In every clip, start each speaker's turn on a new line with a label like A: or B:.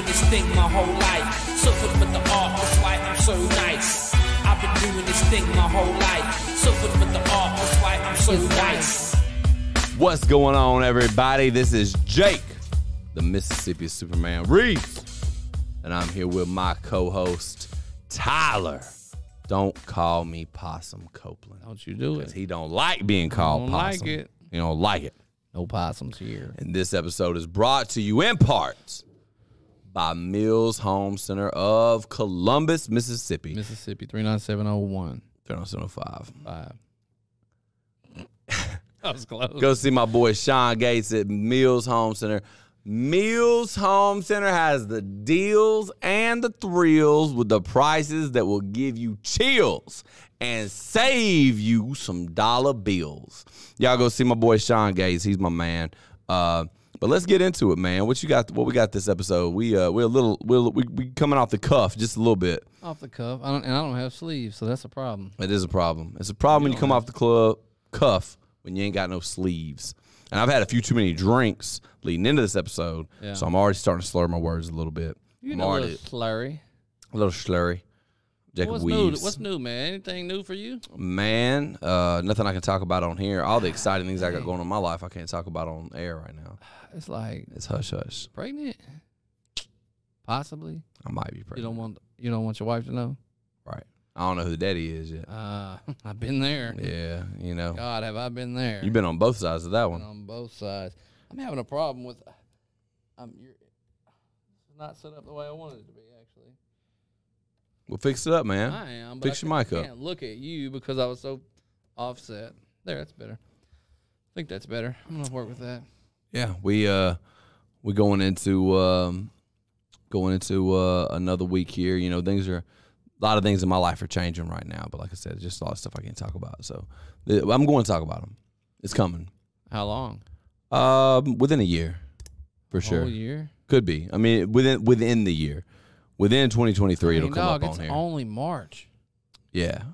A: my whole life. Suffered with the art, that's why I'm so nice. I've been doing this thing my whole life. Suffered with the art, that's why I'm so nice.
B: What's going on, everybody? This is Jake, the Mississippi Superman Reeves, and I'm here with my co-host Tyler. Don't call me Possum Copeland.
C: Don't you do
B: 'Cause
C: it.
B: He don't like being called
C: Don't like
B: Possum.
C: it.
B: He don't like it.
C: No possums here.
B: And this episode is brought to you in part by Mills Home Center of Columbus, Mississippi.
C: Mississippi 39701.
B: Turn on 705.
C: Five. that was close.
B: Go see my boy Sean Gates at Mills Home Center. Mills Home Center has the deals and the thrills with the prices that will give you chills and save you some dollar bills. Y'all go see my boy Sean Gates. He's my man. Uh, but let's get into it, man. What you got? What we got this episode? We uh, we're a little we're, we we coming off the cuff just a little bit.
C: Off the cuff. I don't, and I don't have sleeves, so that's a problem.
B: It is a problem. It's a problem when you come off the club cuff when you ain't got no sleeves. And I've had a few too many drinks leading into this episode,
C: Yeah.
B: so I'm already starting to slur my words a little bit.
C: You
B: I'm
C: know, a
B: already
C: little slurry.
B: a little slurry. Jacob
C: What's new?
B: Weaves,
C: What's new, man? Anything new for you?
B: man, uh, nothing I can talk about on here. All the exciting things I got going on in my life, I can't talk about on air right now.
C: It's like
B: It's hush hush.
C: pregnant. Possibly.
B: I might be
C: You
B: pregnant.
C: don't want you don't want your wife to know.
B: Right. I don't know who the daddy is yet.
C: Uh, I've been there.
B: Yeah, you know,
C: God, have I been there?
B: you've been on both sides of that
C: Been
B: one.
C: on both sides. I'm having a problem with. I'm you're it's not set up the way I wanted it to be actually.
B: We'll fix it up, man.
C: I am. But
B: Fix
C: I
B: your mic
C: can't,
B: up.
C: can't look at you because I was so offset. There, that's better. I think that's better. I'm gonna work with that.
B: Yeah, we uh we going into um going into uh another week here. You know, things are a lot of things in my life are changing right now, but like I said, just a lot of stuff I can't talk about. So th- I'm going to talk about them. It's coming.
C: How long?
B: Um within a year for sure.
C: Whole year.
B: Could be. I mean, within within the year. Within 2023
C: I
B: it'll
C: mean,
B: come
C: dog,
B: up
C: it's
B: on here.
C: only March.
B: yeah.
C: So,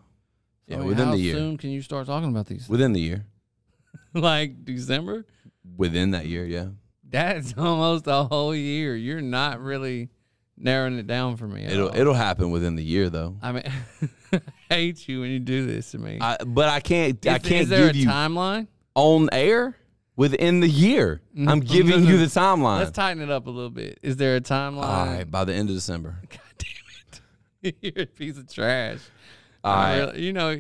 B: yeah,
C: I mean,
B: within
C: how
B: the year.
C: soon can you start talking about these?
B: Within the year.
C: like December?
B: Within that year, yeah.
C: That's almost a whole year. You're not really narrowing it down for me. at
B: It'll
C: all.
B: it'll happen within the year though.
C: I mean, I hate you when you do this to me.
B: I, but I can't I
C: Is-
B: can't
C: Is there
B: give
C: a
B: you
C: timeline?
B: on air within the year.
C: Mm-hmm.
B: I'm giving you the
C: Let's
B: timeline.
C: tighten it up a little bit. Is there a timeline?
B: All right, by the end of December.
C: God damn it! You're a piece of trash.
B: All
C: I
B: right,
C: really- you know.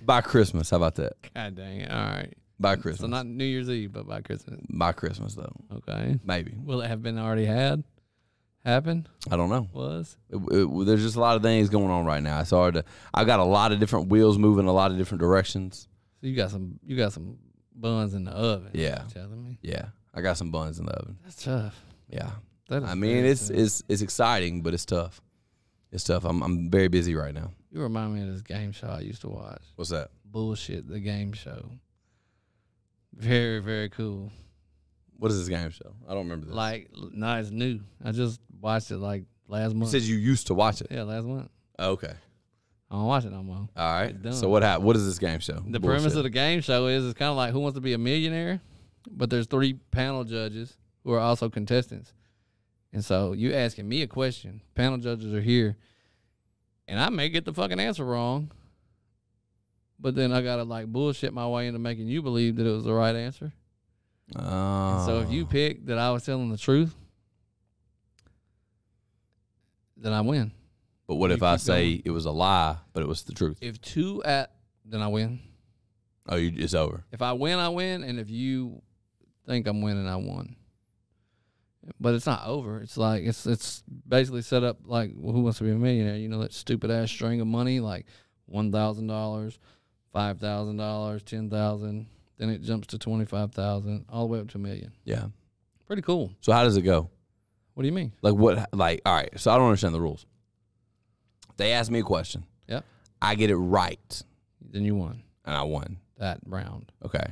B: by Christmas. How about that?
C: God dang it! All right.
B: By
C: So
B: Christmas.
C: not New Year's Eve, but by Christmas.
B: by Christmas though,
C: Okay.
B: maybe.
C: Will it have been already had? Happened?
B: I don't know.
C: Was?
B: It- it- there's just a lot of things going on right now. It's hard to. I got a lot of different wheels moving a lot of different directions.
C: So you got some. You got some buns in the oven. is
B: Yeah.
C: what you're Telling me
B: Yeah, I got some buns in the oven.
C: that's tough.
B: Yeah,
C: That is
B: I mean
C: very
B: it's
C: tough.
B: it's it's exciting, but it's tough. It's tough. I'm I'm very busy right now.
C: you remind me of this game show I used to watch.
B: What's that?
C: Bullshit, the game show. Very very cool.
B: What is this game show? I don't remember this.
C: Like l- no, it's new. I just watched it like last
B: you
C: month.
B: said you used to watch it.
C: yeah, last month.
B: Okay.
C: I don't watch it no more.
B: All right.
C: It's done.
B: So what happened? What is this game show?
C: The premise of the game show is it's kind of like Who Wants to Be a Millionaire, but there's three panel judges who are also contestants, and so you asking me a question. Panel judges are here, and I may get the fucking answer wrong, but then I gotta like bullshit my way into making you believe that it was the right answer.
B: Oh.
C: Uh, And so if you pick that I was telling the truth, then I win.
B: But what
C: You
B: if I
C: keep
B: say
C: going.
B: it was a lie, but it was the truth?
C: If two at, then I win.
B: Oh, you, it's over.
C: If I win, I win, and if you think I'm winning, I won. But it's not over. It's like it's it's basically set up like well, Who Wants to Be a Millionaire? You know that stupid ass string of money, like one thousand dollars, five thousand dollars, ten thousand. Then it jumps to twenty five thousand, all the way up to a million.
B: Yeah.
C: Pretty cool.
B: So how does it go?
C: What do you mean?
B: Like what? Like all right. So I don't understand the rules. They asked me a question.
C: Yep.
B: I get it right,
C: Then you won
B: and I won.
C: that round.
B: Okay.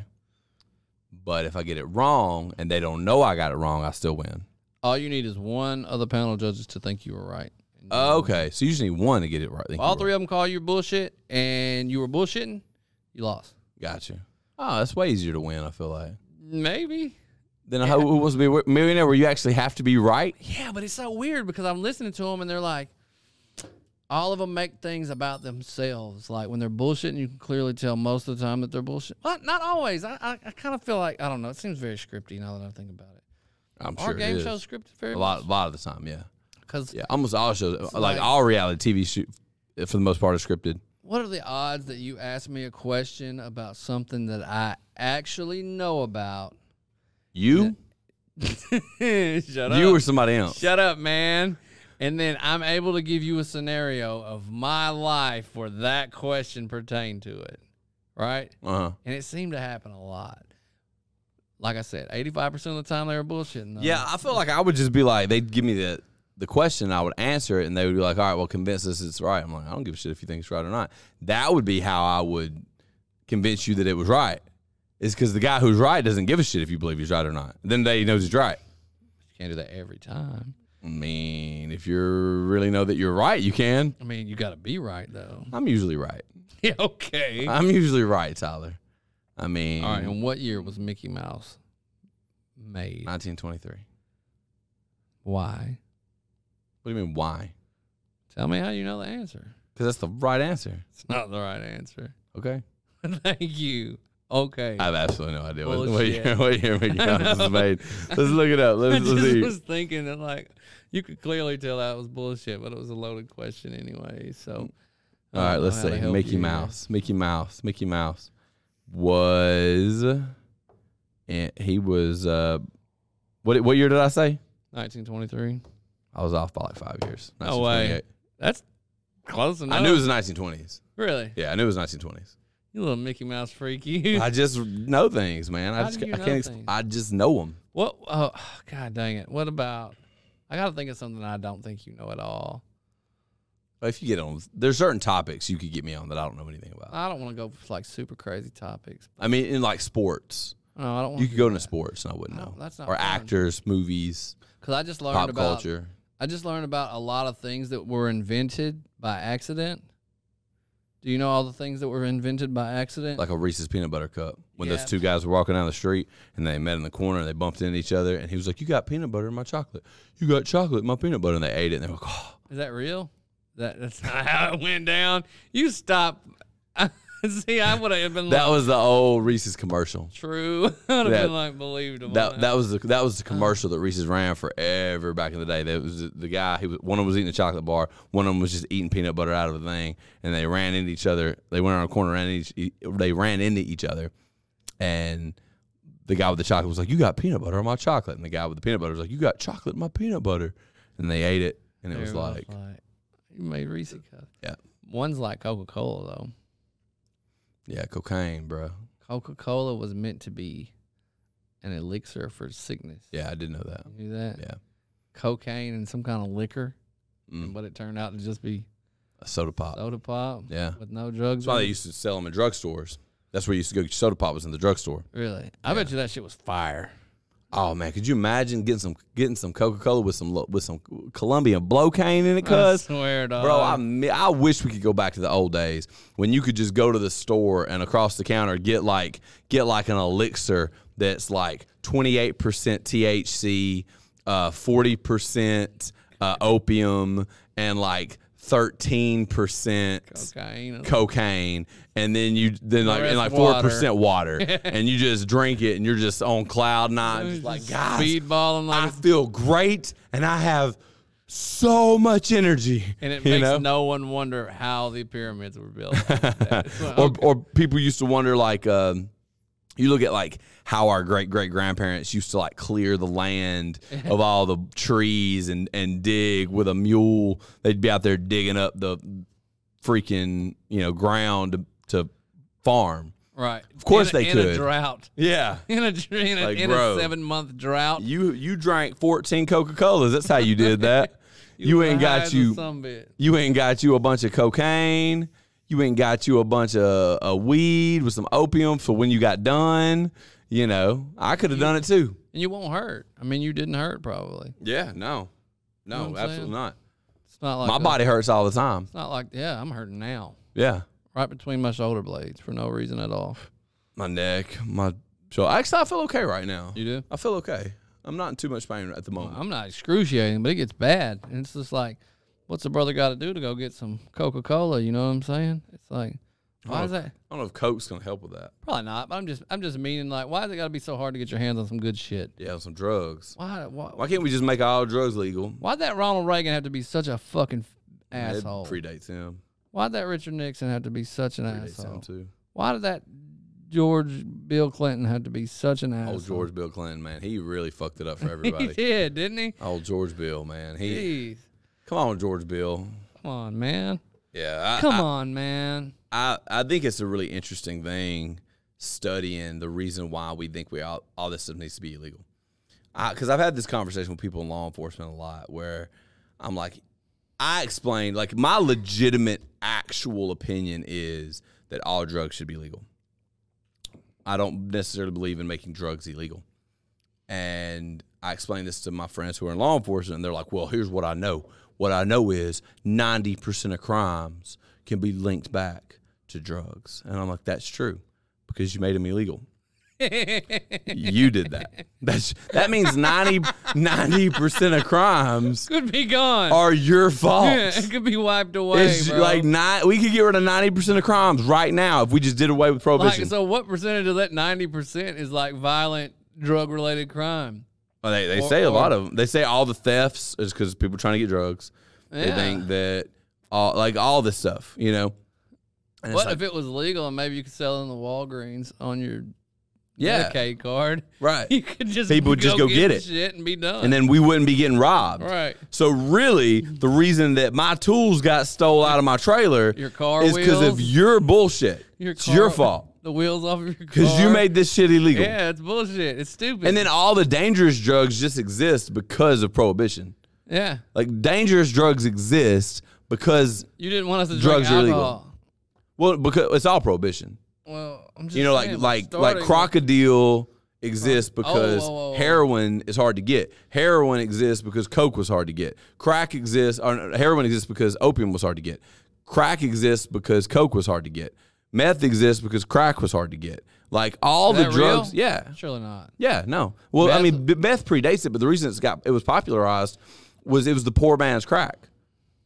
B: But if I get it wrong and they don't know I got it wrong, I still win.
C: All you need is one other panel of judges to think you were right. And you-
B: okay. So you just need one to get it right. Think
C: all
B: you were-
C: three of them call you bullshit, and you were bullshitting. You lost.
B: Gotcha. Oh, that's way easier to win. I feel like
C: Maybe.
B: Then who, who wants to be a millionaire where you actually have to be right?
C: Yeah, but it's so weird because I'm listening to them and they're like, all of them make things about themselves. Like when they're bullshitting, you can clearly tell most of the time that they're bullshit. Well, not always. I, I, I kind of feel like I don't know. It seems very scripty now that I think about it.
B: I'm
C: Our
B: sure it
C: game
B: is.
C: shows scripted very
B: a lot, a lot of the time, yeah,
C: Because
B: yeah, almost all shows, like,
C: like-
B: all reality TV shoot, eh, for the most part, are scripted.
C: what are the odds that you ask me a question about something that I actually know about?
B: You,
C: Shut up.
B: you or somebody else.
C: Shut up, man. And then I'm able to give you a scenario of my life where that question pertained to it. Right?
B: Uh huh.
C: And it seemed to happen a lot. Like I said, 85% of the time they were bullshitting. though.
B: Yeah, I feel like I would just be like, they'd give me the the question, I would answer it, and they would be like, all right, well, convince us it's right. I'm like, I don't give a shit if you think it's right or not. That would be how I would convince you that it was right. Is because the guy who's right doesn't give a shit if you believe he's right or not. Then they knows he's right.
C: Can't do that every time.
B: I mean, if you really know that you're right, you can.
C: I mean, you got to be right, though.
B: I'm usually right.
C: yeah, okay. All
B: I'm usually right, Tyler. I mean,
C: right. And what year was Mickey Mouse made?
B: 1923. What
C: Why?
B: do you mean, why?
C: Tell me how you know the answer.
B: Because that's the right answer.
C: It's not the right answer.
B: Okay.
C: Thank you. Okay.
B: I have absolutely no idea what, what,
C: Bullshit.
B: year, what year Mickey
C: I
B: Mouse
C: know.
B: was made. Let's look it up.
C: I
B: Let's, let's
C: just
B: see.
C: was thinking that like you could clearly tell that was bullshit, but it was a loaded question anyway. So um, I
B: All right,
C: don't know
B: let's
C: how to
B: see.
C: help
B: Mickey
C: you here.
B: Mouse. Mickey Mouse. Mickey Mouse was. And he was. Uh, what what year did I say?
C: 1923.
B: I was off by like five years.
C: No way.
B: 1928.
C: That's close enough.
B: I knew it was the 1920s.
C: Really,
B: Yeah, I knew it was 1920s.
C: you little Mickey Mouse freak. You.
B: I just know things, man. I
C: How
B: just
C: do
B: ca-
C: you
B: I
C: know
B: can't. Ex-
C: things?
B: I just know them.
C: what? Oh, god dang it. What about? I gotta think of something I don't think you know at all.
B: If you get on, there's certain topics you could get me on that I don't know anything about.
C: I don't want to go for like super crazy topics.
B: I mean, in like sports,
C: No, I don't want
B: you could go into sports and I wouldn't
C: No,
B: know.
C: Oh, that's not
B: or
C: fun.
B: actors, movies,
C: because I just learned
B: pop
C: about
B: culture.
C: I just learned about a lot of things that were invented by accident. Do you know all the things that were invented by accident?
B: like a Reese's peanut butter cup. When
C: Yeah.
B: those two guys were walking down the street and they met in the corner and they bumped into each other and he was like, "You got peanut butter in my chocolate. You got chocolate in my peanut butter." And they ate it and they were like, "Oh,
C: Is that real? That that's not how it went down. You stop. See, I would have been
B: that
C: like
B: was the old Reese's commercial."
C: true. I would have
B: that-
C: been like believable.
B: That that was the that was the commercial that Reese's ran forever back in the day. That was the, the guy who was, one of them was eating a chocolate bar, one of them was just eating peanut butter out of a thing, and they ran into each other. They went around a corner, ran into each, e, they ran into each other, and the guy with the chocolate was like, "You got peanut butter on my chocolate," and the guy with the peanut butter was like, "You got chocolate in my peanut butter," and they ate it, and it was
C: Everyone's
B: like,
C: you made Reese cups.
B: yeah,
C: One's like Coca Cola though.
B: yeah, cocaine, bro.
C: Coca Cola was meant to be an elixir for sickness.
B: Yeah, I did know that.
C: You knew that?
B: Yeah,
C: Cocaine and some kind of liquor,
B: Mm.
C: but it turned out to just be
B: a soda pop.
C: soda pop.
B: Yeah,
C: with no drugs.
B: that's why
C: in
B: they
C: it?
B: used to sell them in drugstores. That's where you used to go. Get your soda pop was in the drugstore.
C: really, I bet you that shit was fire.
B: Oh man, could you imagine getting some getting some Coca Cola with some lo- with some Colombian blow cane in it,
C: I
B: cuz?
C: swear, dog.
B: Bro, I mi- I wish we could go back to the old days when you could just go to the store and across the counter get like get like an elixir that's like twenty eight percent THC, uh, forty percent uh, opium, and like thirteen percent
C: cocaine.
B: cocaine and then you then like and
C: rest
B: like four
C: water.
B: percent water and you just drink it and you're just on cloud nine just like guys
C: speedballing like
B: I feel great and I have so much energy
C: And it
B: you
C: makes
B: know?
C: no one wonder how the pyramids were built.
B: or or people used to wonder like um you look at like how our great great grandparents used to like clear the land of all the trees and and dig with a mule they'd be out there digging up the freaking you know ground to, to farm
C: right. Of
B: course
C: in, a-
B: they
C: in
B: could.
C: a drought.
B: Yeah.
C: In a dr- in a,
B: Like,
C: in
B: bro.
C: a seven month drought.
B: You you drank 14 Coca-Colas. That's how you did that. you, ain't got you
C: Some bit.
B: you ain't got you a bunch of cocaine. You ain't got you a bunch of, of weed with some opium for when you got done. You know, I could have done it too.
C: And you won't hurt. I mean, you didn't hurt probably.
B: Yeah, no. No,
C: know what I'm saying?
B: not.
C: It's not like
B: My
C: a-
B: body hurts all the time.
C: It's not like yeah, I'm hurting now,
B: Yeah.
C: right between my shoulder blades for no reason at all.
B: My neck, my So actually, I feel okay right now.
C: You do?
B: I feel okay. I'm not in too much pain at the moment.
C: I'm not excruciating, but it gets bad. And it's just like, what's a brother got to do to go get some Coca Cola? You know what I'm saying? It's like, why
B: Oh.
C: is that?
B: I don't know if Coke's gonna help with that.
C: Probably not. But I'm just, I'm just meaning like, why is it got to be so hard to get your hands on some good shit?
B: Yeah, some drugs.
C: Why, why,
B: Why can't we just make all drugs legal?
C: why'd that Ronald Reagan have to be such a fucking f-
B: It
C: asshole?
B: predates him.
C: Why'd that Richard Nixon have to be such an
B: Predates him
C: asshole?
B: too.
C: Why did that George Bill Clinton have to be such an asshole?
B: Old Oh, George Bill Clinton, man, he really fucked it up for
C: He
B: everybody.
C: did, didn't he?
B: Old George Bill, man, he
C: Jeez.
B: come on, George Bill.
C: Come on, man.
B: Yeah, I,
C: Come
B: I,
C: on, man.
B: I, I think it's a really interesting thing studying the reason why we think we all, all this stuff needs to be illegal. Because I've had this conversation with people in law enforcement a lot where I'm like, I explained, like, my legitimate actual opinion is that all drugs should be legal. I don't necessarily believe in making drugs illegal. And I explained this to my friends who are in law enforcement, and they're like, well, here's what I know. What I know is 90% of crimes can be linked back to drugs. And I'm like, that's true because you made them illegal. you did that. That's, that means 90, 90% of crimes
C: Could be gone.
B: are your fault.
C: Yeah, it could be wiped away.
B: It's
C: bro.
B: like nine, we could get rid of 90% of crimes right now if we just did away with
C: Like,
B: prohibition.
C: so what percentage of that ninety percent is like violent drug related crime?
B: Well, they they
C: Or-
B: say a
C: or-
B: lot of them. They say all the thefts is because people trying to get drugs. They
C: Yeah.
B: think that all like all this stuff, you know. And it's
C: What
B: like,
C: if it was legal and maybe you could sell it in the Walgreens on your
B: yeah,
C: Medicaid card? You
B: right.
C: could just
B: People would just go get
C: the
B: it.
C: shit and be done.
B: And then we wouldn't be getting robbed.
C: right,
B: So really, the reason that my tools got stole out of my trailer
C: Your car
B: is because of
C: wheels.
B: your bullshit.
C: Your
B: it's your
C: car-
B: fault
C: the wheels off of your car.
B: because you made this shit illegal.
C: Yeah, it's bullshit. It's stupid.
B: And then all the dangerous drugs just exist because of prohibition.
C: yeah,
B: Like dangerous drugs exist because
C: you didn't want us to
B: Drugs
C: drink
B: are illegal.
C: alcohol.
B: well because it's all prohibition.
C: Well, I'm just
B: you know, like
C: saying,
B: like
C: starting
B: like
C: with-
B: crocodile exists because
C: whoa, whoa, whoa.
B: heroin is hard to get. Heroin exists because coke was hard to get. Crack exists, or no, heroin exists because opium was hard to get. Crack exists because coke was hard to get. Meth exists because crack was hard to get. Like all
C: Is
B: the
C: that
B: drugs,
C: real?
B: yeah,
C: Surely not.
B: yeah, no. Well, I
C: Meth-
B: mean, b- meth predates it, but the reason it's got it was popularized was it was the poor man's crack.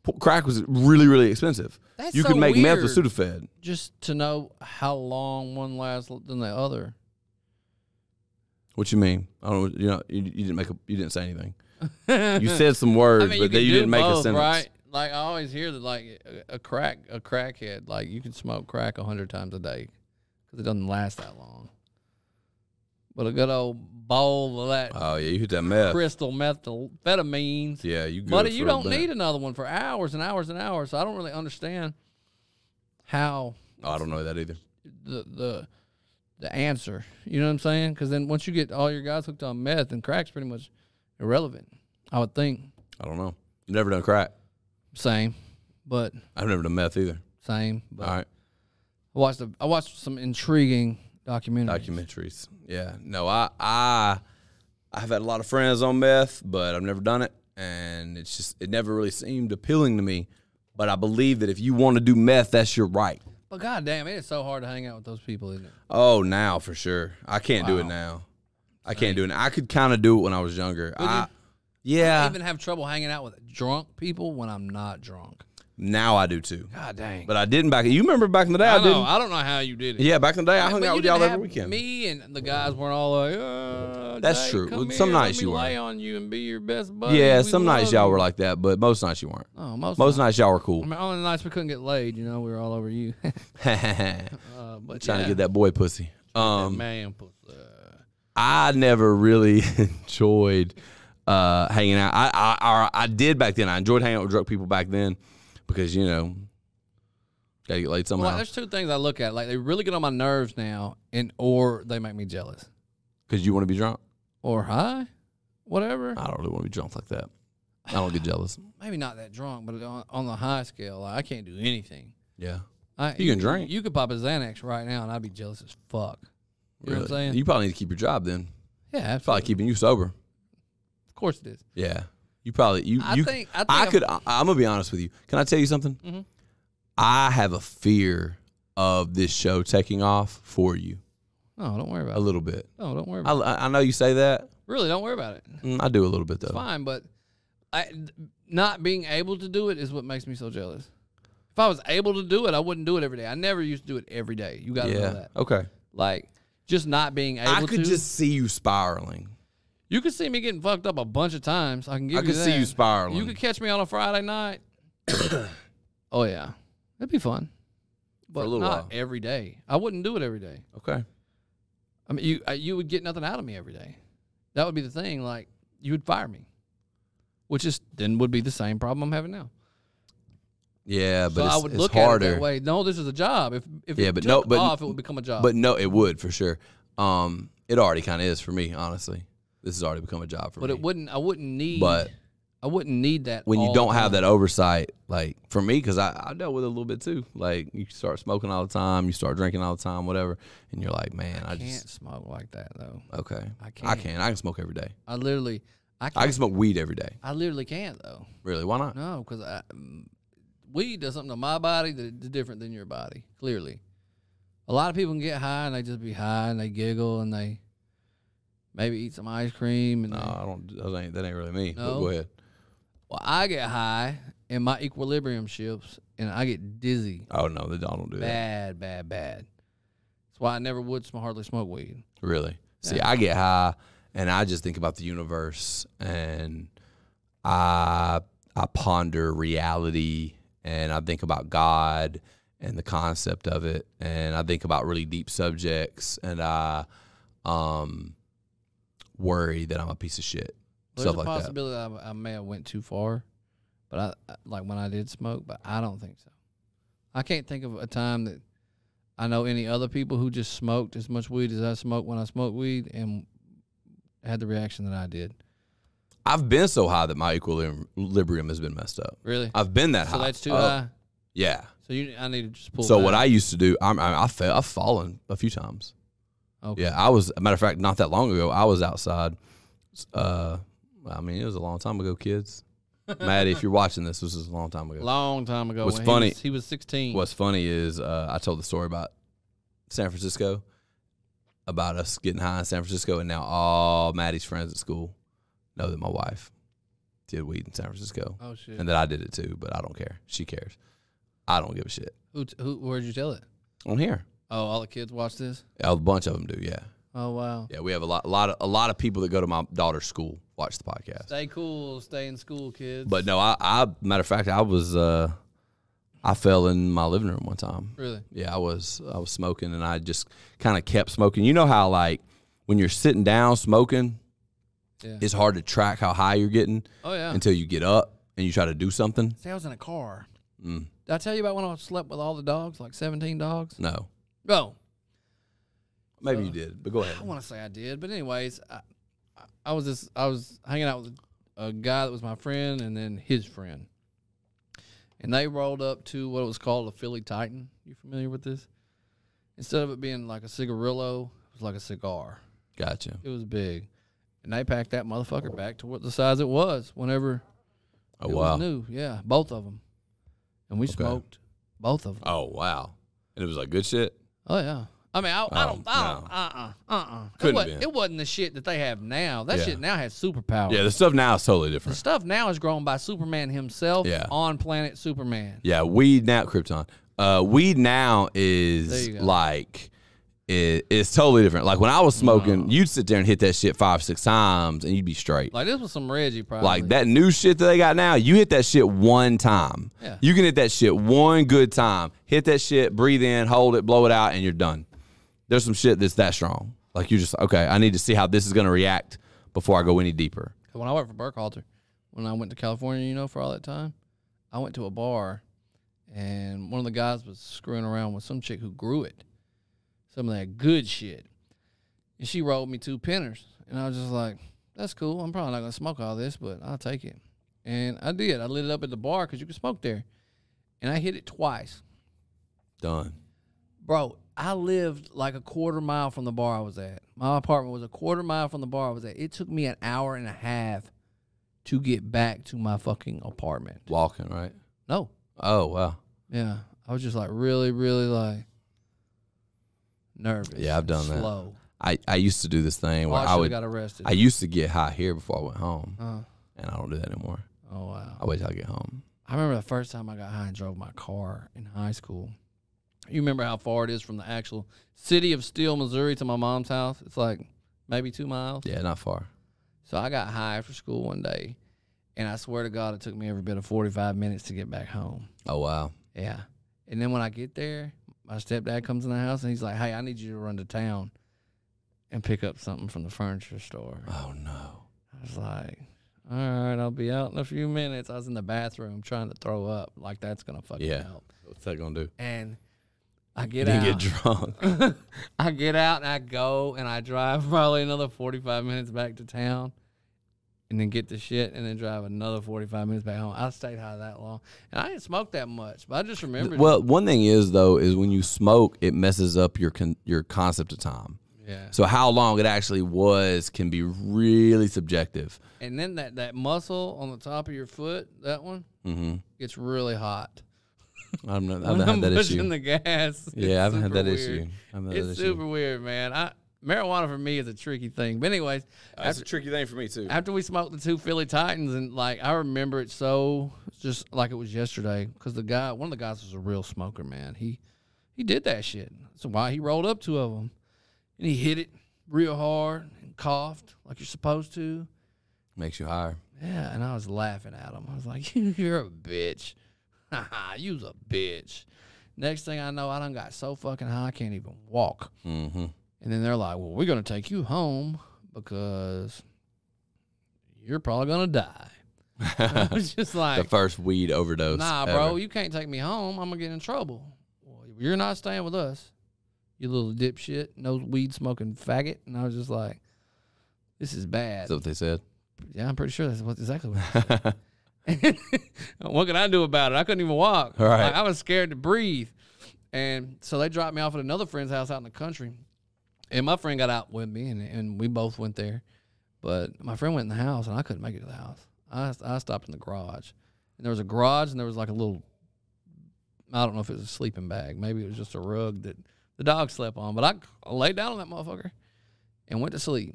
B: P- Crack was really, really expensive.
C: That's
B: you could
C: so
B: make meth with
C: weird.
B: Sudafed.
C: Just to know how long one lasts l- than the other.
B: What you mean? I don't. You know, you, you didn't make a. You didn't say anything. You said some words,
C: I mean,
B: but
C: you,
B: then
C: can
B: you
C: do
B: didn't make
C: both,
B: a sentence.
C: right? Like I always hear that, like a- a crack, a crackhead, like you can smoke crack a hundred times a day because it doesn't last that long. But a good old bowl of that
B: Oh yeah, you hit that meth.
C: crystal methamphetamines,
B: Yeah, you. Good
C: buddy,
B: for
C: you
B: a
C: don't
B: bit.
C: need another one for hours and hours and hours. So I don't really understand how
B: Oh, I don't know that either.
C: the the the answer. You know what I'm saying? Because then once you get all your guys hooked on meth and crack's pretty much irrelevant. I would think
B: I don't know. I've never done crack.
C: same, but
B: I've never done meth either.
C: same. But
B: All right,
C: I watched a, I watched some intriguing documentaries.
B: documentaries. Yeah, no, I, I, I've had a lot of friends on meth, but I've never done it, and it's just it never really seemed appealing to me. But I believe that if you want to do meth, that's your right.
C: but goddamn, it is so hard to hang out with those people, isn't it?
B: Oh, now for sure. I can't do it now. I can't do it. I could kind of do it when I was younger. I,
C: I
B: yeah.
C: even have trouble hanging out with drunk people when I'm not drunk.
B: now I do too.
C: God dang.
B: But I didn't back. You remember back in the day? I,
C: I know.
B: didn't.
C: I don't know how you did it.
B: yeah, back in the day, I hung
C: But
B: out
C: you
B: with
C: didn't
B: y'all every
C: have
B: weekend.
C: Me and the guys weren't all like, uh
B: That's
C: Jay,
B: true.
C: come
B: Some
C: here, let
B: nights
C: me
B: you were.
C: lay on you and be your best buddy.
B: yeah,
C: We
B: some nights
C: love
B: y'all
C: you."
B: were like that, but most nights you weren't.
C: Oh, most,
B: Most nights
C: nights.
B: y'all were
C: I
B: cool.
C: mean, all the nights we couldn't get laid, you know, we were all over you.
B: Trying
C: uh, but
B: to get that boy pussy. Um,
C: man pussy.
B: I never really enjoyed uh, hanging out. I, I I I did back then. I enjoyed hanging out with drunk people back then because you know gotta get laid
C: Well,
B: somehow.
C: there's two things I look at. Like they really get on my nerves now, and or they make me jealous,
B: Because you want to be drunk.
C: or high, whatever.
B: I don't really want to be drunk like that. I don't get jealous.
C: Maybe not that drunk, but on, on the high scale, like, I can't do anything.
B: Yeah.
C: I,
B: You can drink.
C: You could pop a Xanax right now, and I'd be jealous as fuck. You know what I'm saying?
B: You probably need to keep your job then.
C: yeah, absolutely.
B: Probably keeping you sober.
C: of course it is.
B: Yeah. You probably you
C: I
B: you
C: think- I think I'm- Mm-hmm.
B: could I, I'm gonna be honest with you. Can I tell you something? I have a fear of this show taking off for you.
C: No, don't worry about
B: a
C: it.
B: little bit.
C: No, don't worry
B: I,
C: about
B: I I know you say that.
C: it. Really, don't worry about it. It's
B: Mm, I do a little bit though.
C: fine, but I, th- not being able to do it is what makes me so jealous. If I was able to do it, I wouldn't do it every day. I never used to do it every day. You got to know
B: Yeah.
C: that.
B: Okay.
C: Like, just not being able
B: I could
C: to.
B: just see you spiraling.
C: you could see me getting fucked up a bunch of times. I can give
B: I
C: you
B: could see
C: that.
B: you spiraling.
C: You could catch me on a Friday night. oh yeah, that'd be fun. But
B: little
C: not
B: while.
C: every day. I wouldn't do it every day.
B: okay.
C: I mean, you I, you would get nothing out of me every day. That would be the thing. Like you would fire me, which is then would be the same problem I'm having now.
B: Yeah, but
C: so
B: it's,
C: I would
B: it's
C: look
B: harder.
C: at it that way. No, this is a job. If if
B: Yeah,
C: it
B: but no-
C: took
B: but-
C: off, it would become a job.
B: But no, it would for sure. Um, it already kind of is for me, honestly. This has already become a job for
C: but
B: me.
C: it wouldn't. I wouldn't need.
B: But-
C: I wouldn't need that
B: when you
C: all
B: don't
C: the
B: have
C: time.
B: that oversight, like for me, because I, I dealt with it a little bit too. Like you start smoking all the time, you start drinking all the time, whatever, and you're like, man, I,
C: I
B: just
C: can't smoke like that though.
B: okay. I
C: can't.
B: I can. I can smoke every day.
C: I literally, I
B: I
C: can't,
B: can smoke weed every day.
C: I literally can't though.
B: Really? Why not?
C: No, because I, mm, weed does something to my body that's different than your body. Clearly, a lot of people can get high and they just be high and they giggle and they maybe eat some ice cream and
B: No,
C: they-
B: I don't. That ain't, that ain't really me. but
C: No.
B: Go ahead.
C: well, I get high and my equilibrium shifts and I get dizzy,
B: Oh no, I don't do that.
C: bad, bad, bad. That's why I never would sm- hardly smoke weed.
B: Really? See, I get high, and I just think about the universe, and I I ponder reality, and I think about God and the concept of it, and I think about really deep subjects, and I um worry that I'm a piece of shit,
C: There's
B: stuff
C: a
B: like that.
C: possibility I, I may have went too far, but I, I like when I did smoke, but I don't think so. I can't think of a time that I know any other people who just smoked as much weed as I smoked when I smoked weed and had the reaction that I did.
B: I've been so high that my equilibrium equilibrium has been messed up.
C: Really?
B: I've been that
C: so
B: high.
C: that's too
B: Oh,
C: high.
B: Yeah.
C: So you, I need to just pull.
B: So
C: back.
B: what I used to do, I'm, I'm I fell, I've fallen a few times.
C: Okay.
B: Yeah, I was. a matter of fact, not that long ago, I was outside. Uh, I mean, it was a long time ago, kids. Maddie, if you're watching this, this is a long time ago.
C: long time ago.
B: What's
C: when
B: funny-
C: He was, he was sixteen.
B: What's funny is uh, I told the story about San Francisco, about us getting high in San Francisco, and now all Maddie's friends at school know that my wife did weed in San Francisco,
C: Oh shit.
B: and that I did it too. But I don't care. She cares. I don't give a shit.
C: Who, t- who? Where'd you tell it?
B: I'm here.
C: Oh, all the kids watch this.
B: A bunch of them do. Yeah,
C: Oh wow.
B: yeah. We have a lot, a lot of, a lot of people that go to my daughter's school watch the podcast.
C: Stay cool. Stay in school, kids.
B: But no, I, I matter of fact, I was uh, I fell in my living room one time.
C: really,
B: Yeah, I was I was smoking and I just kind of kept smoking. You know how like when you're sitting down smoking,
C: Yeah.
B: it's hard to track how high you're getting
C: oh yeah.
B: until you get up and you try to do something.
C: See, I was in a car.
B: Mm.
C: Did I tell you about when I slept with all the dogs, like 17 dogs?
B: No,
C: No.
B: maybe you did, but go ahead.
C: Uh, I want to say I did, but anyways, I, I- I was just I was hanging out with a guy that was my friend, and then his friend, and they rolled up to what was called a Philly Titan. You familiar with this? Instead of it being like a cigarillo, it was like a cigar.
B: Gotcha.
C: It was big, and they packed that motherfucker back to what the size it was whenever
B: Oh
C: it
B: wow.
C: was new. Yeah, both of them, and we smoked both of them.
B: Oh wow. And it was like good shit.
C: Oh yeah. I mean, I, I
B: Oh,
C: don't, I
B: no.
C: don't, uh, uh-uh, uh, uh
B: Couldn't
C: It wasn't,
B: been.
C: it wasn't the shit that they have now. That
B: Yeah.
C: shit now has superpowers.
B: Yeah, the stuff now is totally
C: the
B: different.
C: stuff now is grown by Superman himself
B: Yeah.
C: on planet Superman.
B: Yeah, weed now Krypton. Uh, weed now
C: There
B: is
C: you go.
B: like it, it's totally different. Like when I was smoking, you'd sit there and hit that shit five, six times, and you'd be straight. Like,
C: Like this was some Reggie probably.
B: that new shit that they got now, you hit that shit one time.
C: Yeah.
B: You can hit that shit one good time. Hit that shit, breathe in, hold it, blow it out, and you're done. There's some shit that's that strong. Like you're just okay. I need to see how this is gonna react before I go any deeper.
C: When I worked for Burkhalter, when I went to California, you know, for all that time, I went to a bar, and one of the guys was screwing around with some chick who grew it, some of that good shit, and she rolled me two pinners, and I was just like, "That's cool. I'm probably not gonna smoke all this, but I'll take it." And I did. I lit it up at the bar because you could smoke there, and I hit it twice,
B: Done.
C: bro. I lived like a quarter mile from the bar I was at. My apartment was a quarter mile from the bar I was at. It took me an hour and a half to get back to my fucking apartment.
B: Walking, right?
C: No.
B: Oh wow.
C: Yeah. I was just like really, really like nervous.
B: Yeah, I've
C: and
B: done that.
C: Slow.
B: I, I used to do this thing
C: Oh,
B: where
C: I,
B: I
C: should've
B: would
C: got arrested.
B: I used to get high here before I went home,
C: Uh,
B: and I don't do that anymore.
C: oh wow.
B: I wait till I get home.
C: I remember the first time I got high and drove my car in high school. You remember how far it is from the actual city of Steele, Missouri to my mom's house? It's like maybe two miles.
B: Yeah, not far.
C: So I got high after school one day, and I swear to God, it took me every bit of 45 minutes to get back home.
B: Oh wow.
C: Yeah. And then when I get there, my stepdad comes in the house and he's like, hey, I need you to run to town and pick up something from the furniture store.
B: Oh no.
C: I was like, all right, I'll be out in a few minutes. I was in the bathroom trying to throw up. Like, that's going to fucking
B: Yeah.
C: help.
B: What's that gonna do?
C: And I
B: You
C: get
B: didn't
C: out.
B: get drunk.
C: I get out and I go and I drive probably another 45 minutes back to town and then get the shit and then drive another 45 minutes back home. I stayed high that long. And I didn't smoke that much, but I just remembered.
B: well, one thing is though is when you smoke, it messes up your con- your concept of time.
C: yeah.
B: So how long it actually was can be really subjective.
C: And then that, that muscle on the top of your foot, that one,
B: Mm-hmm.
C: gets really hot.
B: I'm not, I
C: When
B: haven't
C: I'm
B: had that
C: pushing
B: issue.
C: the gas.
B: Yeah, I haven't had
C: super
B: that issue.
C: weird.
B: I haven't had that
C: It's
B: issue.
C: super weird, man. I, marijuana for me is a tricky thing. But anyways,
B: That's a tricky thing for me too.
C: after we smoked the two Philly Titans, and like I remember it so just like it was yesterday, because the guy, one of the guys, was a real smoker, man. He he did that shit. That's why he rolled up two of them, and he hit it real hard and coughed like you're supposed to.
B: Makes you higher.
C: Yeah, and I was laughing at him. I was like, "You're a bitch, you's a bitch." Next thing I know, I done got so fucking high I can't even walk.
B: Mm-hmm.
C: And then they're like, "Well, we're gonna take you home because you're probably gonna die." I was just
B: the
C: like,
B: first weed overdose.
C: "Nah,
B: ever.
C: bro, you can't take me home. I'm gonna get in trouble. Well, you're not staying with us, you little dipshit, no weed smoking faggot." And I was just like, "This is bad."
B: That's what they said.
C: yeah, I'm pretty sure that's what exactly what. I said. what can I do about it? I couldn't even walk.
B: Right.
C: Like, I was scared to breathe, and so they dropped me off at another friend's house out in the country, and my friend got out with me, and, and we both went there, but my friend went in the house, and I couldn't make it to the house. I I stopped in the garage, and there was a garage, and there was like a little, I don't know if it was a sleeping bag, maybe it was just a rug that the dog slept on, but I, I laid down on that motherfucker, and went to sleep.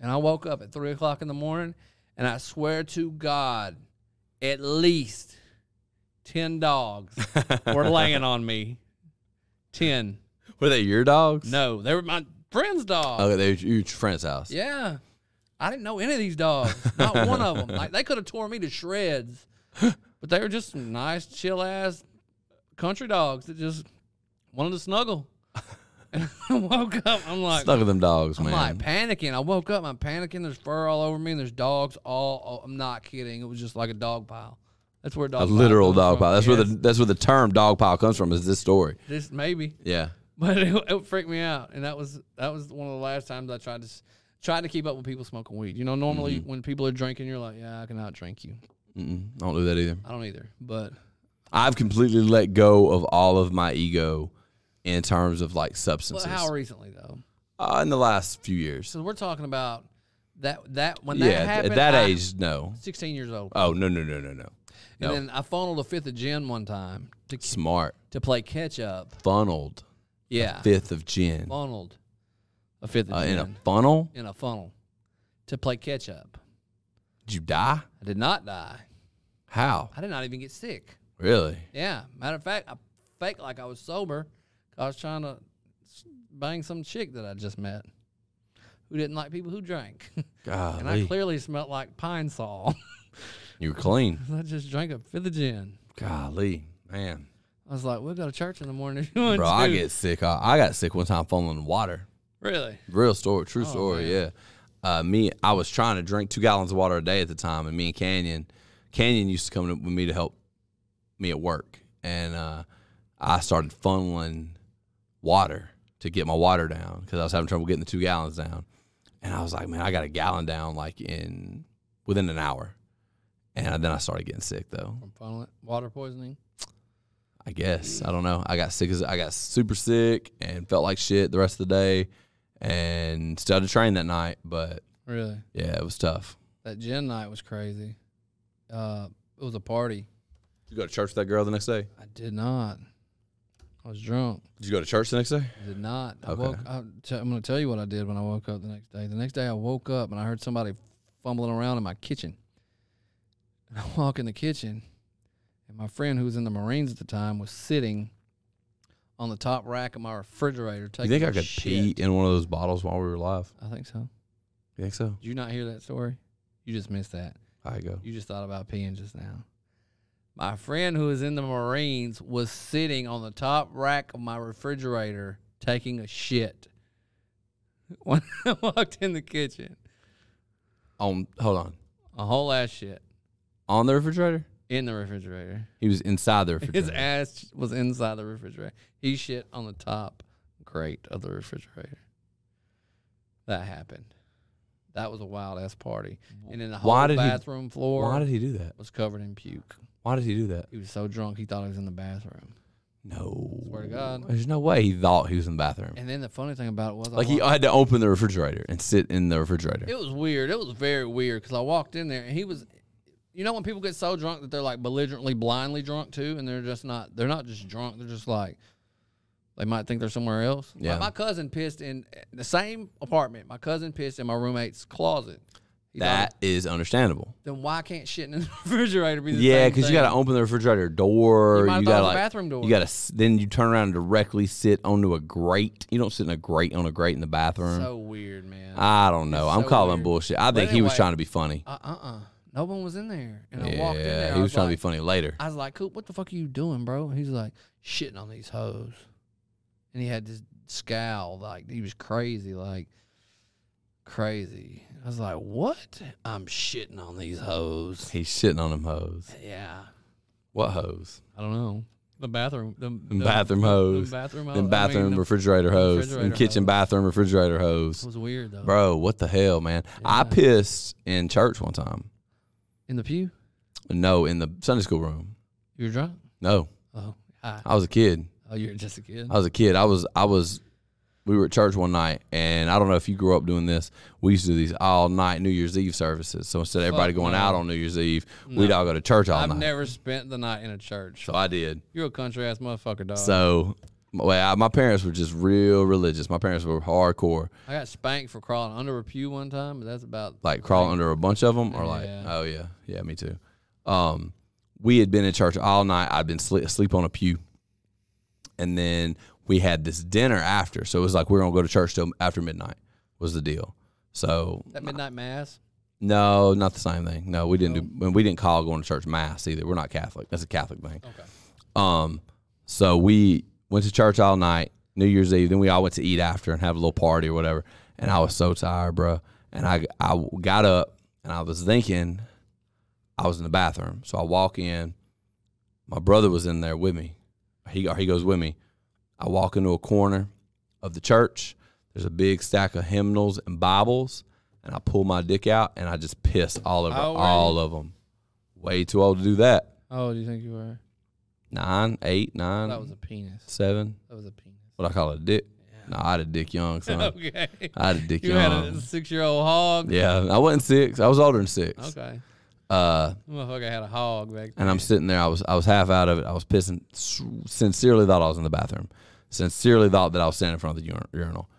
C: And I woke up at three o'clock in the morning, and I swear to God, at least ten dogs were laying on me. Ten.
B: Were they your dogs?
C: No, they were my friend's dogs.
B: Okay, they were your friend's house.
C: Yeah, I didn't know any of these dogs. Not one of them. Like they could have tore me to shreds, but they were just some nice, chill ass country dogs that just wanted to snuggle. And I woke up. I'm like,
B: Stuck with them dogs, man.
C: I'm like panicking. I woke up. I'm panicking. There's fur all over me, and there's dogs all. all- I'm not kidding. It was just like a dog pile. That's where a dog.
B: a literal
C: comes
B: dog
C: from.
B: pile. That's where the
C: Yes.
B: that's where the term dog pile comes from. Is this story?
C: this maybe,
B: Yeah.
C: but it, it freaked me out, and that was that was one of the last times I tried to s- tried to keep up with people smoking weed. You know, normally
B: Mm-hmm.
C: when people are drinking, you're like, yeah, I can outdrink you.
B: Mm-mm, I don't do that either.
C: I don't either, but
B: I've completely let go of all of my ego in terms of like
C: but
B: substances
C: how recently though?
B: uh, in the last few years.
C: So we're talking about that that when that
B: yeah, at-
C: happened
B: at that
C: I-
B: age, no.
C: 16 years old,
B: Oh no no no no no. no.
C: and then I funneled a fifth of gin one time to
B: Smart
C: to play catch up.
B: funneled
C: Yeah,
B: fifth of gin
C: funneled a fifth of
B: uh, in
C: gin
B: a funnel.
C: in a funnel to play catch up.
B: Did you die?
C: I did not die.
B: How?
C: I did not even get sick.
B: Really?
C: Yeah, matter of fact, I faked like I was sober. 'cause I was trying to s- bang some chick that I just met, who didn't like people who drank, and I
B: Golly,
C: clearly smelled like pine saw.
B: you were clean.
C: 'Cause I just drank a fifth of gin.
B: Golly, man,
C: I was like, "We'll go to church in the morning if you want
B: bro,
C: to."
B: I get sick. I, I got sick one time falling in water.
C: really.
B: Real story, true story. Yeah. Uh, me, I was trying to drink two gallons of water a day at the time, and me and Canyon, Canyon used to come up with me to help me at work, and uh, I started funneling water to get my water down because I was having trouble getting the two gallons down, and I was like, man, I got a gallon down like in within an hour, and then I started getting sick though.
C: From funneling- water poisoning.
B: I guess I don't know. I got sick as I got super sick and felt like shit the rest of the day, and still had to train that night, but.
C: Really.
B: Yeah, it was tough.
C: That gin night was crazy. Uh, it was a party.
B: You go to church with that girl the next day?
C: I did not. I was drunk.
B: Did you go to church the next day?
C: Did not. I
B: Okay.
C: woke. I, t- I'm going to tell you what I did when I woke up the next day. The next day I woke up and I heard somebody fumbling around in my kitchen. And I walk in the kitchen, and my friend who was in the Marines at the time was sitting on the top rack of my refrigerator
B: You
C: taking.
B: think
C: a
B: I could
C: shit.
B: pee in one of those bottles while we were alive?
C: I think so.
B: You think so?
C: Did you not hear that story? You just missed that.
B: I go.
C: You just thought about peeing just now. My friend who was in the Marines was sitting on the top rack of my refrigerator taking a shit when I walked in the kitchen.
B: On hold on.
C: A whole ass shit
B: On the refrigerator?
C: in the refrigerator.
B: He was inside the
C: His
B: refrigerator.
C: ass was inside the refrigerator. He shit on the top grate of the refrigerator. That happened. That was a wild ass party. And then the whole
B: Why did he-
C: bathroom floor
B: Why did he do that?
C: was covered in puke.
B: Why did he do that?
C: He was so drunk he thought he was in the bathroom.
B: No.
C: Swear to God.
B: There's no way he thought he was in the bathroom.
C: And then the funny thing about it was,
B: Like
C: I
B: he
C: walked-
B: had to open the refrigerator and sit in the refrigerator.
C: it was weird. It was very weird because I walked in there and he was, you know, when people get so drunk that they're like belligerently, blindly drunk too, and they're just not, they're not just drunk. They're just like, they might think they're somewhere else. Like,
B: Yeah.
C: my cousin pissed in the same apartment. My cousin pissed in my roommate's closet. He thought-
B: That is understandable.
C: then why can't shit in the refrigerator be the
B: Yeah,
C: same
B: because you
C: thing?
B: got to open the refrigerator door.
C: You might
B: You,
C: have thought it
B: got to
C: was a
B: like
C: bathroom door.
B: You got to then you turn around and directly sit onto a grate. You don't sit in a grate on a grate in the bathroom.
C: So weird, man.
B: I don't know.
C: It's
B: I'm
C: so
B: calling
C: weird.
B: bullshit. I
C: But
B: think he was
C: anyway-
B: trying to be funny.
C: Uh uh uh. No one was in there. And I walked in there.
B: Yeah,
C: I
B: he was trying to be
C: like-
B: funny later.
C: I was like, Coop, what the fuck are you doing, bro? And he's like, shitting on these hoes. And he had this scowl, like he was crazy, like crazy. I was like, What? I'm shitting on these hoes.
B: He's shitting on them hoes.
C: Yeah.
B: What hoes?
C: I don't know. The bathroom the,
B: Them bathroom hoes. Them
C: bathroom
B: bathroom, refrigerator hoes. Them
C: refrigerator
B: kitchen
C: hoes.
B: bathroom refrigerator hoes.
C: was weird though.
B: Bro, what the hell, man? I
C: Yeah.
B: pissed in church one time.
C: In the pew?
B: No, in the Sunday school room.
C: You were drunk?
B: No,
C: Oh. I,
B: I was a kid.
C: oh, you were just a kid.
B: I was a kid. I was I was we were at church one night and I don't know if you grew up doing this. We used to do these all night New Year's Eve services. So instead of everybody
C: Fuck
B: going
C: no.
B: out on New Year's Eve, we'd all go to church all
C: I've
B: night.
C: never spent the night in a church.
B: so I did.
C: You're a country ass motherfucker, dog.
B: So well, I, my parents were just real religious. My parents were hardcore,
C: I got spanked for crawling under a pew one time, but that's about
B: like crawling under a bunch of them, or like,
C: Yeah.
B: oh yeah, yeah, me too. Um, we had been in church all night. I'd been sleep, asleep on a pew, and then we had this dinner after. So it was like we were gonna go to church till after midnight was the deal. So
C: that midnight mass.
B: no, not the same thing. No, we didn't do. And we didn't call going to church mass either. We're not Catholic. That's a Catholic thing.
C: Okay.
B: Um, so we went to church all night, New Year's Eve. Then we all went to eat after and have a little party or whatever. And I was so tired, bro. And I I got up and I was thinking I was in the bathroom. So I walk in. My brother was in there with me. He or he goes with me. I walk into a corner of the church. There's a big stack of hymnals and Bibles, and I pull my dick out and I just piss all over
C: How old were
B: all of them. Way too old to do that.
C: Oh, do you think you were?
B: Nine, eight, nine.
C: That was a penis.
B: Seven.
C: That was a penis.
B: What I call a dick. No, I had a dick young, son.
C: Okay.
B: I had a dick
C: You had
B: young.
C: a six-year-old hog.
B: yeah, I wasn't six. I was older than six.
C: Okay.
B: Uh,
C: Motherfucker had a hog back.
B: and I'm sitting there. I was I was half out of it. I was pissing. S- Sincerely thought I was in the bathroom. Sincerely thought that I was standing in front of the ur- urinal.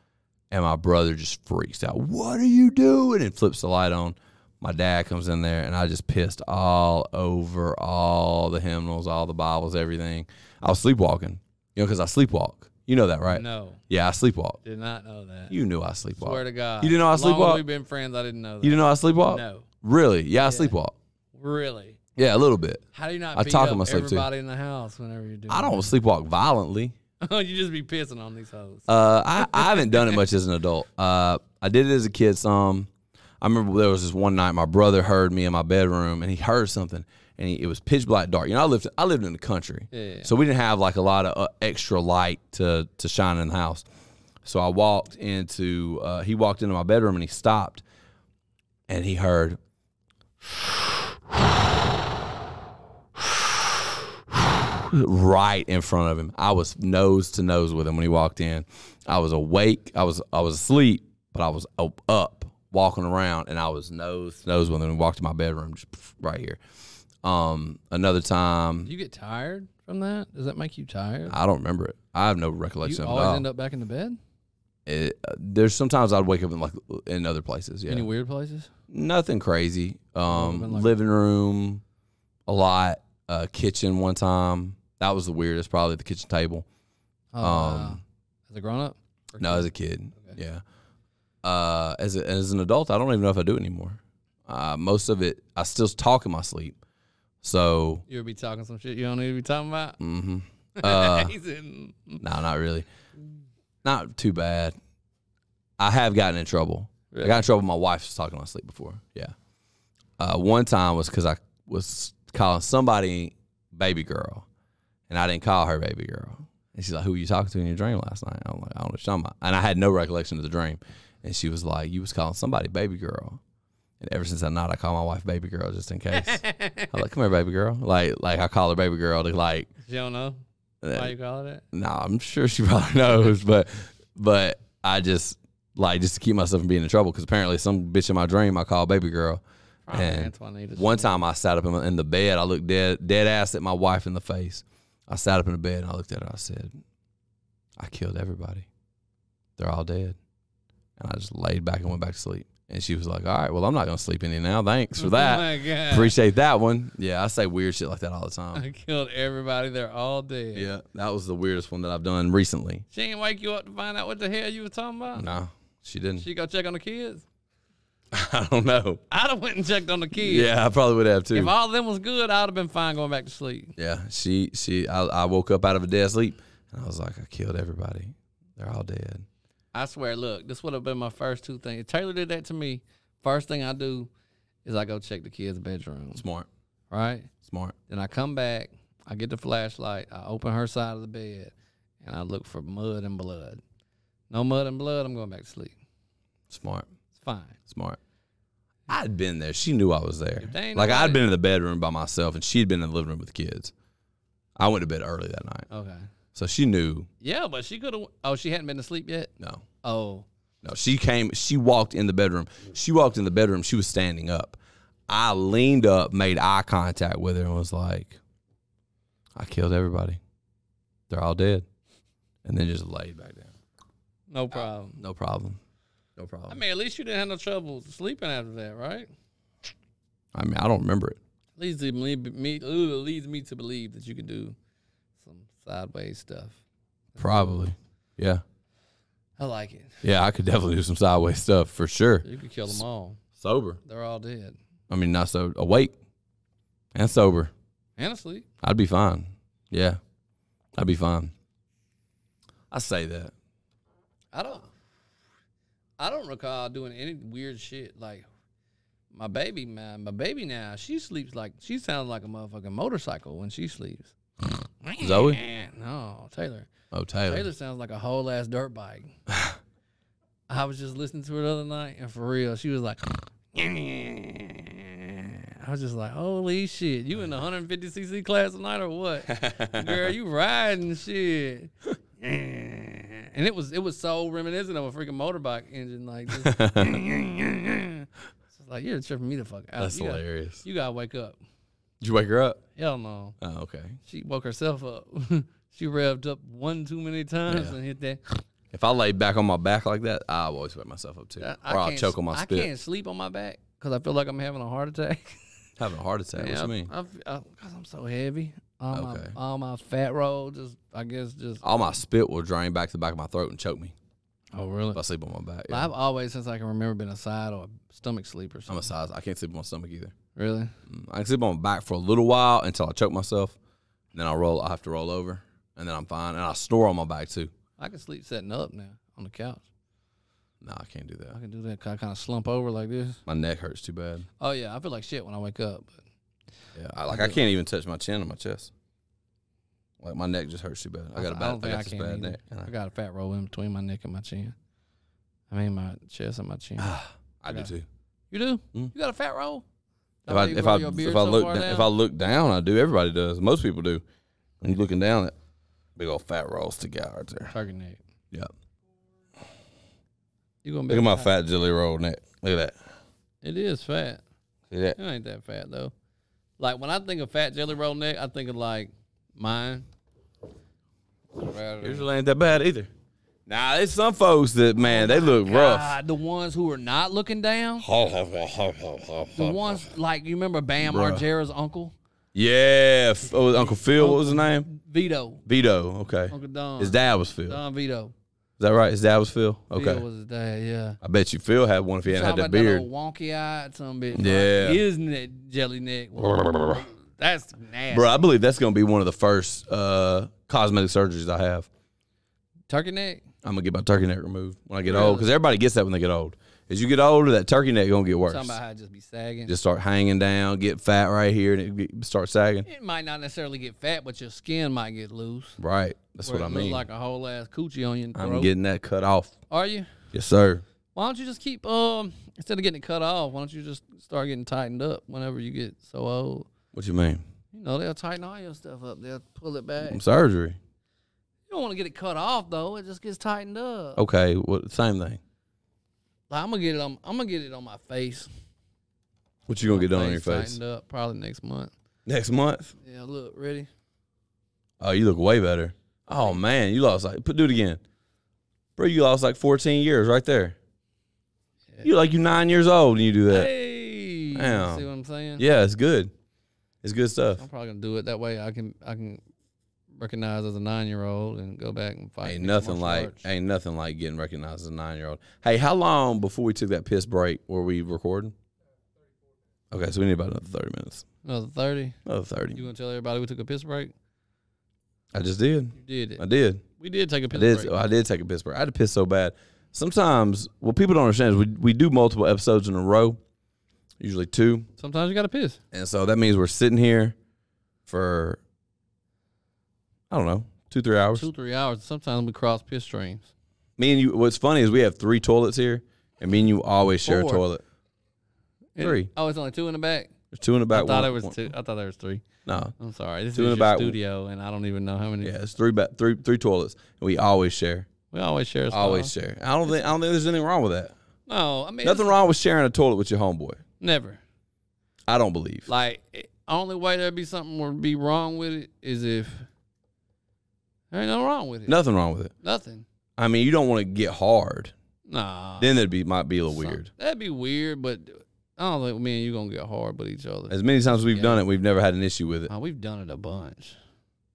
B: And my brother just freaks out. What are you doing? And flips the light on. My dad comes in there, and I just pissed all over all the hymnals, all the Bibles, everything. I was sleepwalking, you know, because I sleepwalk. You know that, right?
C: No,
B: Yeah, I sleepwalk.
C: did not know that.
B: You knew I sleepwalk.
C: Swear to God.
B: You didn't know I
C: As long as
B: sleepwalk?
C: We've been friends. I didn't know that.
B: you didn't know I sleepwalk?
C: No,
B: Really? Yeah, I sleepwalk.
C: really.
B: Yeah, a little bit.
C: How do you not
B: I
C: beat
B: talk to
C: up
B: myself, too.
C: everybody in the house whenever you're doing?
B: I don't sleepwalk violently.
C: don't. you just be pissing on these hoes.
B: Uh, I, I haven't done it much as an adult. Uh, I did it as a kid some. I remember there was this one night my brother heard me in my bedroom and he heard something and he, it was pitch black dark. You know, I lived I lived in the country,
C: Yeah.
B: so we didn't have like a lot of uh, extra light to to shine in the house. So I walked into uh, he walked into my bedroom and he stopped and he heard right in front of him. I was nose to nose with him when he walked in. I was awake. I was I was asleep, but I was up, up walking around, and I was nose to nose with him. And walked to my bedroom, just right here. Um, another time,
C: Do you get tired from that? Does that make you tired?
B: I don't remember it. I have no
C: you
B: recollection of it.
C: always
B: at
C: end
B: all.
C: up back in the bed?
B: It- uh, there's sometimes I'd wake up in like in other places. Yeah,
C: Any weird places?
B: nothing crazy. Um,
C: been like-
B: living room, a lot. Uh, kitchen one time. That was the weirdest. Probably the kitchen table.
C: Oh, wow.
B: Um,
C: as a grown up?
B: No, as a kid. Yeah. Uh, as a, as an adult, I don't even know if I do it anymore. Uh, most of it, I still talk in my sleep. So,
C: You would be talking some shit you don't need to be talking about.
B: hmm uh,
C: He's in-
B: no, not really. Not too bad. I have gotten in trouble. I got in trouble. with My wife was talking in my sleep before. Yeah. Uh, one time was because I was calling somebody baby girl, and I didn't call her baby girl. And she's like, "Who were you talking to in your dream last night?" I'm like, "I don't know what you're talking about." And I had no recollection of the dream. And she was like, "You was calling somebody baby girl." And ever since that night, I call my wife baby girl just in case. I'm like, "Come here, baby girl." Like, like I call her baby girl to like
C: you don't know why you call it that?
B: no, I'm sure she probably knows, but but I just like just to keep myself from being in trouble because apparently some bitch in my dream I called baby girl.
C: Probably
B: and
C: Antoinita's
B: one time I sat up in, in the bed, I looked dead dead ass at my wife in the face. I sat up in the bed and I looked at her. I said, "I killed everybody. They're all dead." And I just laid back and went back to sleep. And she was like, "All right, well I'm not gonna sleep any now. Thanks for
C: Oh
B: that.
C: my God.
B: Appreciate that one." Yeah, I say weird shit like that all the time.
C: I killed everybody. They're all dead.
B: Yeah, that was the weirdest one that I've done recently.
C: She ain't wake you up to find out what the hell you was talking about.
B: No, she didn't.
C: She go check on the kids.
B: I don't know.
C: I'd have went and checked on the kids.
B: Yeah, I probably would have
C: If
B: too.
C: all of them was good, I'd have been fine going back to sleep.
B: yeah, she she I, I woke up out of a dead sleep and I was like, I killed everybody. They're all dead.
C: I swear, look, this would have been my first two things. If Taylor did that to me. First thing I do is I go check the kids' bedrooms,
B: Smart,
C: right?
B: smart.
C: Then I come back, I get the flashlight, I open her side of the bed, and I look for mud and blood. No mud and blood, I'm going back to sleep.
B: Smart,
C: It's fine.
B: smart. I'd been there. She knew I was there.
C: they ain't
B: Like I'd
C: nobody-
B: been in the bedroom by myself and she'd been in the living room with the kids. I went to bed early that night.
C: Okay.
B: So she knew.
C: Yeah, but she could have. Oh, she hadn't been to sleep yet?
B: No.
C: Oh.
B: No, she came. She walked in the bedroom. She walked in the bedroom. She was standing up. I leaned up, made eye contact with her, and was like, "I killed everybody. They're all dead." And then just laid back down.
C: No problem.
B: No problem. No problem.
C: I mean, at least you didn't have no trouble sleeping after that, right?
B: I mean, I don't remember it.
C: Leads to me, me ooh, leads me to believe that you can do some sideways stuff.
B: Probably. Yeah.
C: I like it.
B: Yeah, I could definitely do some sideways stuff for sure.
C: You could kill them all.
B: Sober.
C: They're all dead.
B: I mean, not so awake and sober.
C: And asleep.
B: I'd be fine. Yeah, I'd be fine. I say that.
C: I don't. I don't recall doing any weird shit like my baby. My my baby now. She sleeps like she sounds like a motherfucking motorcycle when she sleeps.
B: Zoe?
C: No, Taylor.
B: Oh, Taylor.
C: Taylor sounds like a whole ass dirt bike. I was just listening to her the other night, and for real, she was like, I was just like, holy shit, you in the 150cc class tonight or what? Girl, you riding shit. and it was it was so reminiscent of a freaking motorbike engine, like just, It's like you're tripping me the fuck out.
B: That's
C: you gotta-
B: hilarious.
C: you gotta wake up.
B: Did you wake her up?
C: Hell no.
B: Oh, okay.
C: She woke herself up. she revved up one too many times
B: Yeah.
C: and hit that.
B: If I lay back on my back like that, I will always wake myself up too.
C: I, I
B: or I'll
C: can't
B: choke
C: s-
B: on my
C: I
B: spit.
C: can't sleep on my back because I feel like I'm having a heart attack.
B: Having a heart attack. what
C: Yeah,
B: you mean?
C: I, because I'm so heavy. All
B: Okay.
C: my all my fat roll just I guess just.
B: All my spit will drain back to the back of my throat and choke me
C: Oh really?
B: if I sleep on my back. yeah.
C: I've always since I can remember been a side or a stomach sleeper.
B: I'm a size. I can't sleep on my stomach either.
C: Really?
B: Mm, I can sleep on my back for a little while until I choke myself. And then I roll. I have to roll over, and then I'm fine. And I snore on my back too.
C: I can sleep sitting up now on the couch.
B: No, I can't do
C: I
B: that.
C: can do that. 'cause I kind of slump over like this.
B: My neck hurts too bad.
C: Oh yeah, I feel like shit when I wake up. But
B: Yeah, I, like I can't even touch my chin on my chest. Like my neck just hurts too bad. I got a bad.
C: I don't
B: I,
C: think I,
B: got this
C: can.
B: bad
C: either.
B: neck. and
C: I
B: I,
C: got a fat roll in between my neck and my chin. I mean my chest and my chin.
B: I do too.
C: You do?
B: Mm.
C: You got a fat roll?
B: If I
C: Did you
B: if
C: grow
B: I,
C: your beard
B: if I
C: so
B: look
C: far
B: da-
C: down?
B: if I look down, I do. Everybody does. Most people do. When you're looking down, that big old fat rolls stick out right there.
C: target neck.
B: Yep.
C: You gonna be
B: Look at my
C: fat.
B: fat jelly roll neck. Look at that.
C: It is fat.
B: See that?
C: It ain't that fat though. Like when I think of fat jelly roll neck, I think of like mine.
B: Usually ain't that bad either. Oh Nah, there's some folks that man, they look rough.
C: God, the ones who are not looking down. The ones like you remember Bam
B: Bruh.
C: Margera's uncle
B: Yeah, F- oh, Uncle Phil, what was his name?
C: Vito,
B: Vito. Okay,
C: Uncle Don.
B: his dad was Phil. Is
C: Don Vito.
B: that right? His dad was Phil. Okay,
C: Vito was his dad. Yeah.
B: I bet you Phil had one if he hadn't had
C: Talking
B: that
C: about
B: beard.
C: that old wonky eyed some bitch. like,
B: Yeah.
C: his neck, jelly neck. That's nasty.
B: Bro, I believe that's gonna be one of the first uh, cosmetic surgeries I have.
C: Turkey neck.
B: I'm gonna get my turkey neck removed when I get old because everybody gets that when they get old. As you get older, that turkey neck gonna get worse.
C: Talking about how it just be sagging.
B: Just start hanging down, get fat right here, and it get, start sagging.
C: it might not necessarily get fat, but your skin might get loose.
B: Right, that's
C: where
B: what I
C: it look
B: mean.
C: Like a whole ass coochie on your
B: I'm
C: throat.
B: getting that cut off.
C: Are you?
B: Yes, sir.
C: Why don't you just keep um instead of getting it cut off, why don't you just start getting tightened up whenever you get so old?
B: What you mean?
C: You know, they'll tighten all your stuff up. They'll pull it back.
B: From
C: You
B: surgery.
C: don't want to get it cut off though. It just gets tightened up.
B: Okay, what same thing.
C: Like, I'm gonna get it on I'm gonna get it on my face.
B: What you gonna get done on your face
C: tightened up probably next month.
B: next month?
C: Yeah, look, ready?
B: Oh, you look way better. Oh man, you lost like put do it again. Bro, you lost like 14 years right there. You like you nine years old and you do that.
C: Hey,
B: Damn.
C: see what I'm saying?
B: Yeah, it's good. It's good stuff.
C: I'm probably gonna do it that way. I can I can recognize as a nine year old and go back and fight.
B: Ain't
C: mixed
B: nothing
C: martial
B: like
C: arts.
B: ain't nothing like getting recognized as a nine year old. Hey, how long before we took that piss break were we recording? Okay, so we need about another 30 minutes.
C: another thirty.
B: Another
C: You
B: 30.
C: gonna tell everybody we took a piss break?
B: I just did.
C: You did it.
B: I did.
C: We did take a
B: I
C: piss
B: did.
C: break.
B: I did take a piss break. I had to piss so bad. Sometimes what people don't understand is we we do multiple episodes in a row, usually two,
C: Sometimes you gotta piss.
B: and so that means we're sitting here for I don't know two three hours.
C: Two three hours. Sometimes we cross piss streams.
B: Me and you. What's funny is we have three toilets here, and me and you always share
C: Four.
B: a toilet.
C: It-
B: Three.
C: oh, it's only two in the back.
B: There's two in the back.
C: I thought
B: one-
C: it was
B: one-
C: two. I thought there was three.
B: No,
C: I'm sorry. This
B: Two in
C: is
B: the
C: your
B: back.
C: studio, and I don't even know how many.
B: yeah, it's three back three three toilets, and we always share.
C: We always share. Stuff.
B: Always share. I don't think I don't think there's anything wrong with that.
C: No, I
B: Nothing
C: mean nothing.
B: wrong with sharing a toilet with your homeboy.
C: Never.
B: I don't believe.
C: Like it, only way there'd be something would be wrong with it is if there ain't nothing wrong with it.
B: Nothing wrong with it.
C: Nothing.
B: I mean, you don't want to get hard.
C: Nah.
B: Then it'd be might be a little
C: Some-
B: weird.
C: That'd be weird, but I don't think me and you gonna get hard with each other.
B: As many times we've done it, we've never had an issue with it.
C: Oh, we've done it a bunch.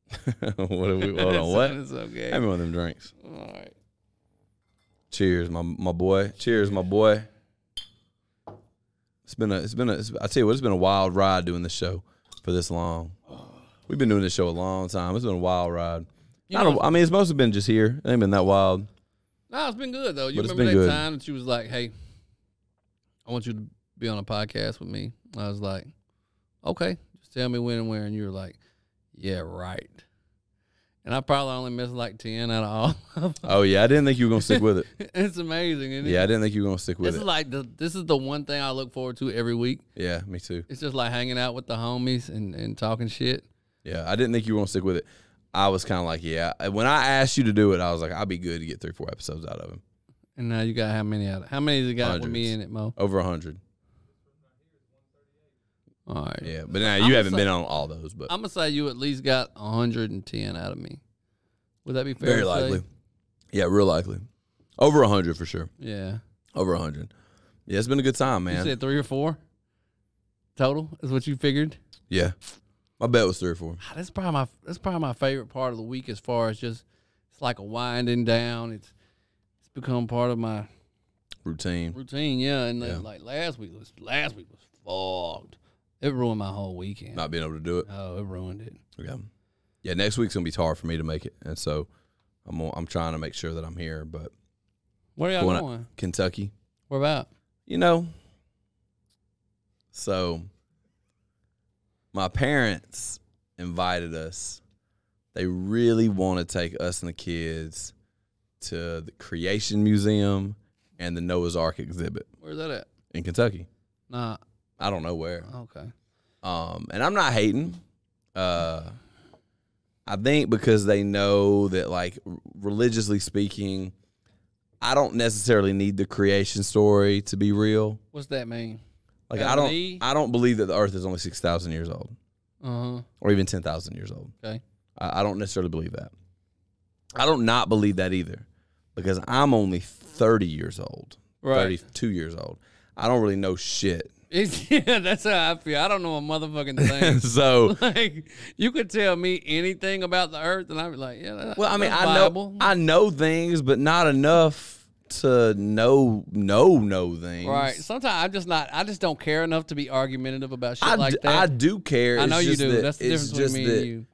B: what are we? Hold on, what?
C: It's okay.
B: Have me one of them drinks.
C: All right.
B: Cheers, my my boy. Cheers, my boy. It's been a it's been a it's, I tell you what, it's been a wild ride doing this show for this long. We've been doing this show a long time. It's been a wild ride. Not a- I mean, it's mostly been just here. It ain't been that wild.
C: No, it's been good though. You
B: But it's
C: remember that
B: been good.
C: time that you was like, "Hey, I want you to be on a podcast with me." I was like, "Okay, just tell me when and where," and you were like, "Yeah, right." And I probably only missed like ten out of all. Of
B: Oh yeah, I didn't think you were gonna stick with it.
C: them. it's amazing, isn't it?
B: Yeah, I didn't think you were gonna stick
C: This
B: with
C: is
B: it.
C: like the this is the one thing I look forward to every week.
B: Yeah, me too.
C: It's just like hanging out with the homies and, and talking shit.
B: Yeah, I didn't think you were gonna stick with it. I was kind of like, yeah. When I asked you to do it, I was like, I'd be good to get three, four episodes out of him.
C: And now you got how many out? Of, how many you got with me
B: Hundreds.
C: in it, Mo?
B: Over a hundred.
C: All right.
B: Yeah, but now
C: I'm
B: you
C: just
B: haven't
C: like-
B: been on all those, but
C: I'm gonna say you at least got 110 out of me. Would that be fair?
B: very
C: to say?
B: likely. Yeah, real likely. Over a hundred for sure.
C: Yeah.
B: Over a hundred. Yeah, it's been a good time,
C: You
B: man.
C: said three or four total is what you figured.
B: yeah, my bet was three or four.
C: Ah, That's probably my that's probably my favorite part of the week as far as just it's like a winding down. It's it's become part of my
B: Routine.
C: routine. Yeah, and then,
B: Yeah.
C: like last week was last week was fogged. It ruined my whole weekend.
B: Not being able to do it.
C: Oh, it ruined it.
B: Okay. Yeah, next week's gonna be hard for me to make it, and so I'm gonna- I'm trying to make sure that I'm here. But
C: Where y'all
B: Going up.
C: going?
B: Kentucky,
C: Where about?
B: you know. So my parents invited us. They really want to take us and the kids to the Creation Museum and the Noah's Ark exhibit
C: Where's that at?
B: in Kentucky.
C: Nah.
B: I don't know where.
C: Okay.
B: Um, and I'm not hating. Uh, I think because they know that, like, r- religiously speaking, I don't necessarily need the creation story to be real.
C: What's that mean?
B: Like
C: Got
B: I don't
C: me.
B: I don't believe that the earth is only 6,000 years old
C: Uh huh.
B: or even 10,000 years old.
C: Okay.
B: I, I don't necessarily believe that. I don't not believe that either because I'm only 30 years old,
C: Right.
B: 32 years old. I don't really know shit.
C: yeah, that's how I feel. I don't know a motherfucking thing.
B: so,
C: like you could tell me anything about the earth, and I'd be like, yeah. That,
B: well, I mean,
C: that's
B: I know
C: viable.
B: I know things, but not enough to know know know things.
C: Right. Sometimes I'm just not. I just don't care enough to be argumentative about shit
B: I,
C: like
B: d- I
C: that.
B: do care.
C: I,
B: It's
C: know you
B: just
C: do.
B: that-
C: That's the
B: it's
C: difference
B: just
C: between me
B: that-
C: and you.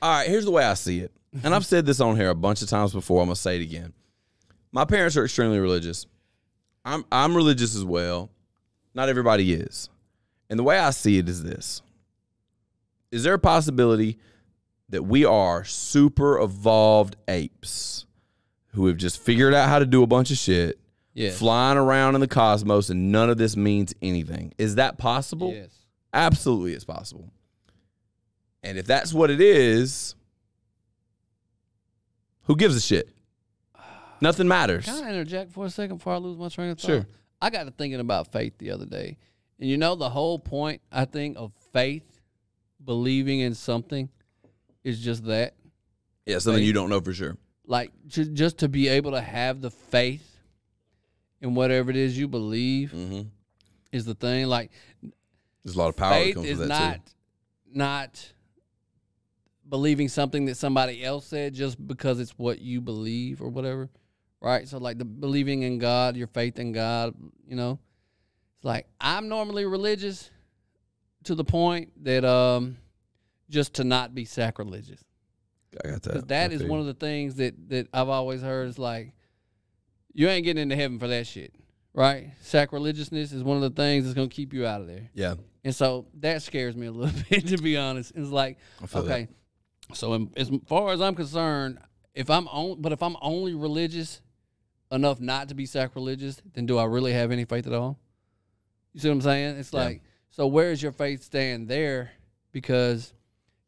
B: All right, here's the way I see it. And I've said this on here a bunch of times before. I'm going to say it again. My parents are extremely religious. I'm I'm religious as well. Not everybody is. And the way I see it is this. Is there a possibility that we are super evolved apes who have just figured out how to do a bunch of shit
C: Yeah.
B: flying around in the cosmos and none of this means anything? Is that possible?
C: Yes.
B: Absolutely, it's possible. And if that's what it is, who gives a shit? Nothing matters.
C: Can I interject for a second before I lose my train of thought?
B: Sure.
C: I got to thinking about faith the other day, and you know the whole point I think of faith, believing in something, is just that.
B: Yeah, something you don't know for sure.
C: like ju- just to be able to have the faith in whatever it is you believe
B: Mhm.
C: is the thing like
B: There's a lot of power that
C: faith
B: comes
C: is
B: with that
C: not
B: too.
C: not believing something that somebody else said just because it's what you believe or whatever right so like the believing in god your faith in god you know it's like i'm normally religious to the point that um just to not be sacrilegious
B: I got
C: because
B: that.
C: that is one of the things that that I've always heard is like, you ain't getting into heaven for that shit, right? Sacrilegiousness is one of the things that's gonna keep you out of there,
B: yeah.
C: and so that scares me a little bit to be honest. It's like,
B: I feel
C: okay, so in, as far as I'm concerned, if I'm on, but if I'm only religious enough not to be sacrilegious, then do I really have any faith at all? You see what I'm saying? It's
B: Yeah.
C: like, so where is your faith stand there? Because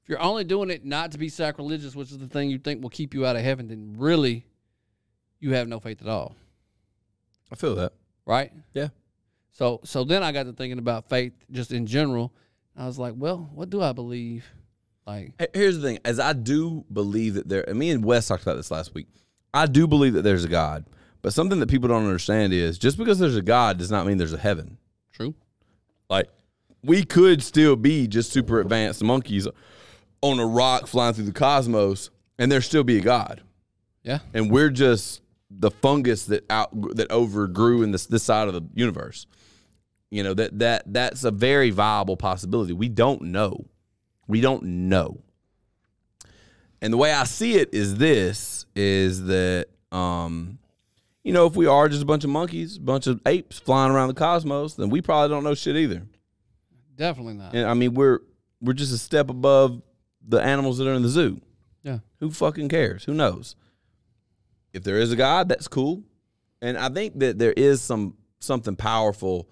C: if you're only doing it not to be sacrilegious, which is the thing you think will keep you out of heaven, then really you have no faith at all,
B: I feel that.
C: right?
B: Yeah.
C: So so then I got to thinking about faith just in general. I was like, well, what do I believe? Like,
B: Hey, Here's the thing: as I do believe that there, and me and Wes talked about this last week. I do believe that there's a God, but something that people don't understand is just because there's a God does not mean there's a heaven.
C: true.
B: Like we could still be just super advanced monkeys on a rock flying through the cosmos, and there still be a god,
C: Yeah.
B: and we're just the fungus that out that overgrew in this this side of the universe. You know that that that's a very viable possibility. We don't know. We don't know. And the way I see it is this: is that um, you know, if we are just a bunch of monkeys, a bunch of apes flying around the cosmos, then we probably don't know shit either.
C: Definitely not.
B: And I mean, we're we're just a step above the animals that are in the zoo.
C: Yeah.
B: Who fucking cares? Who knows? If there is a God, that's cool. And I think that there is some something powerful.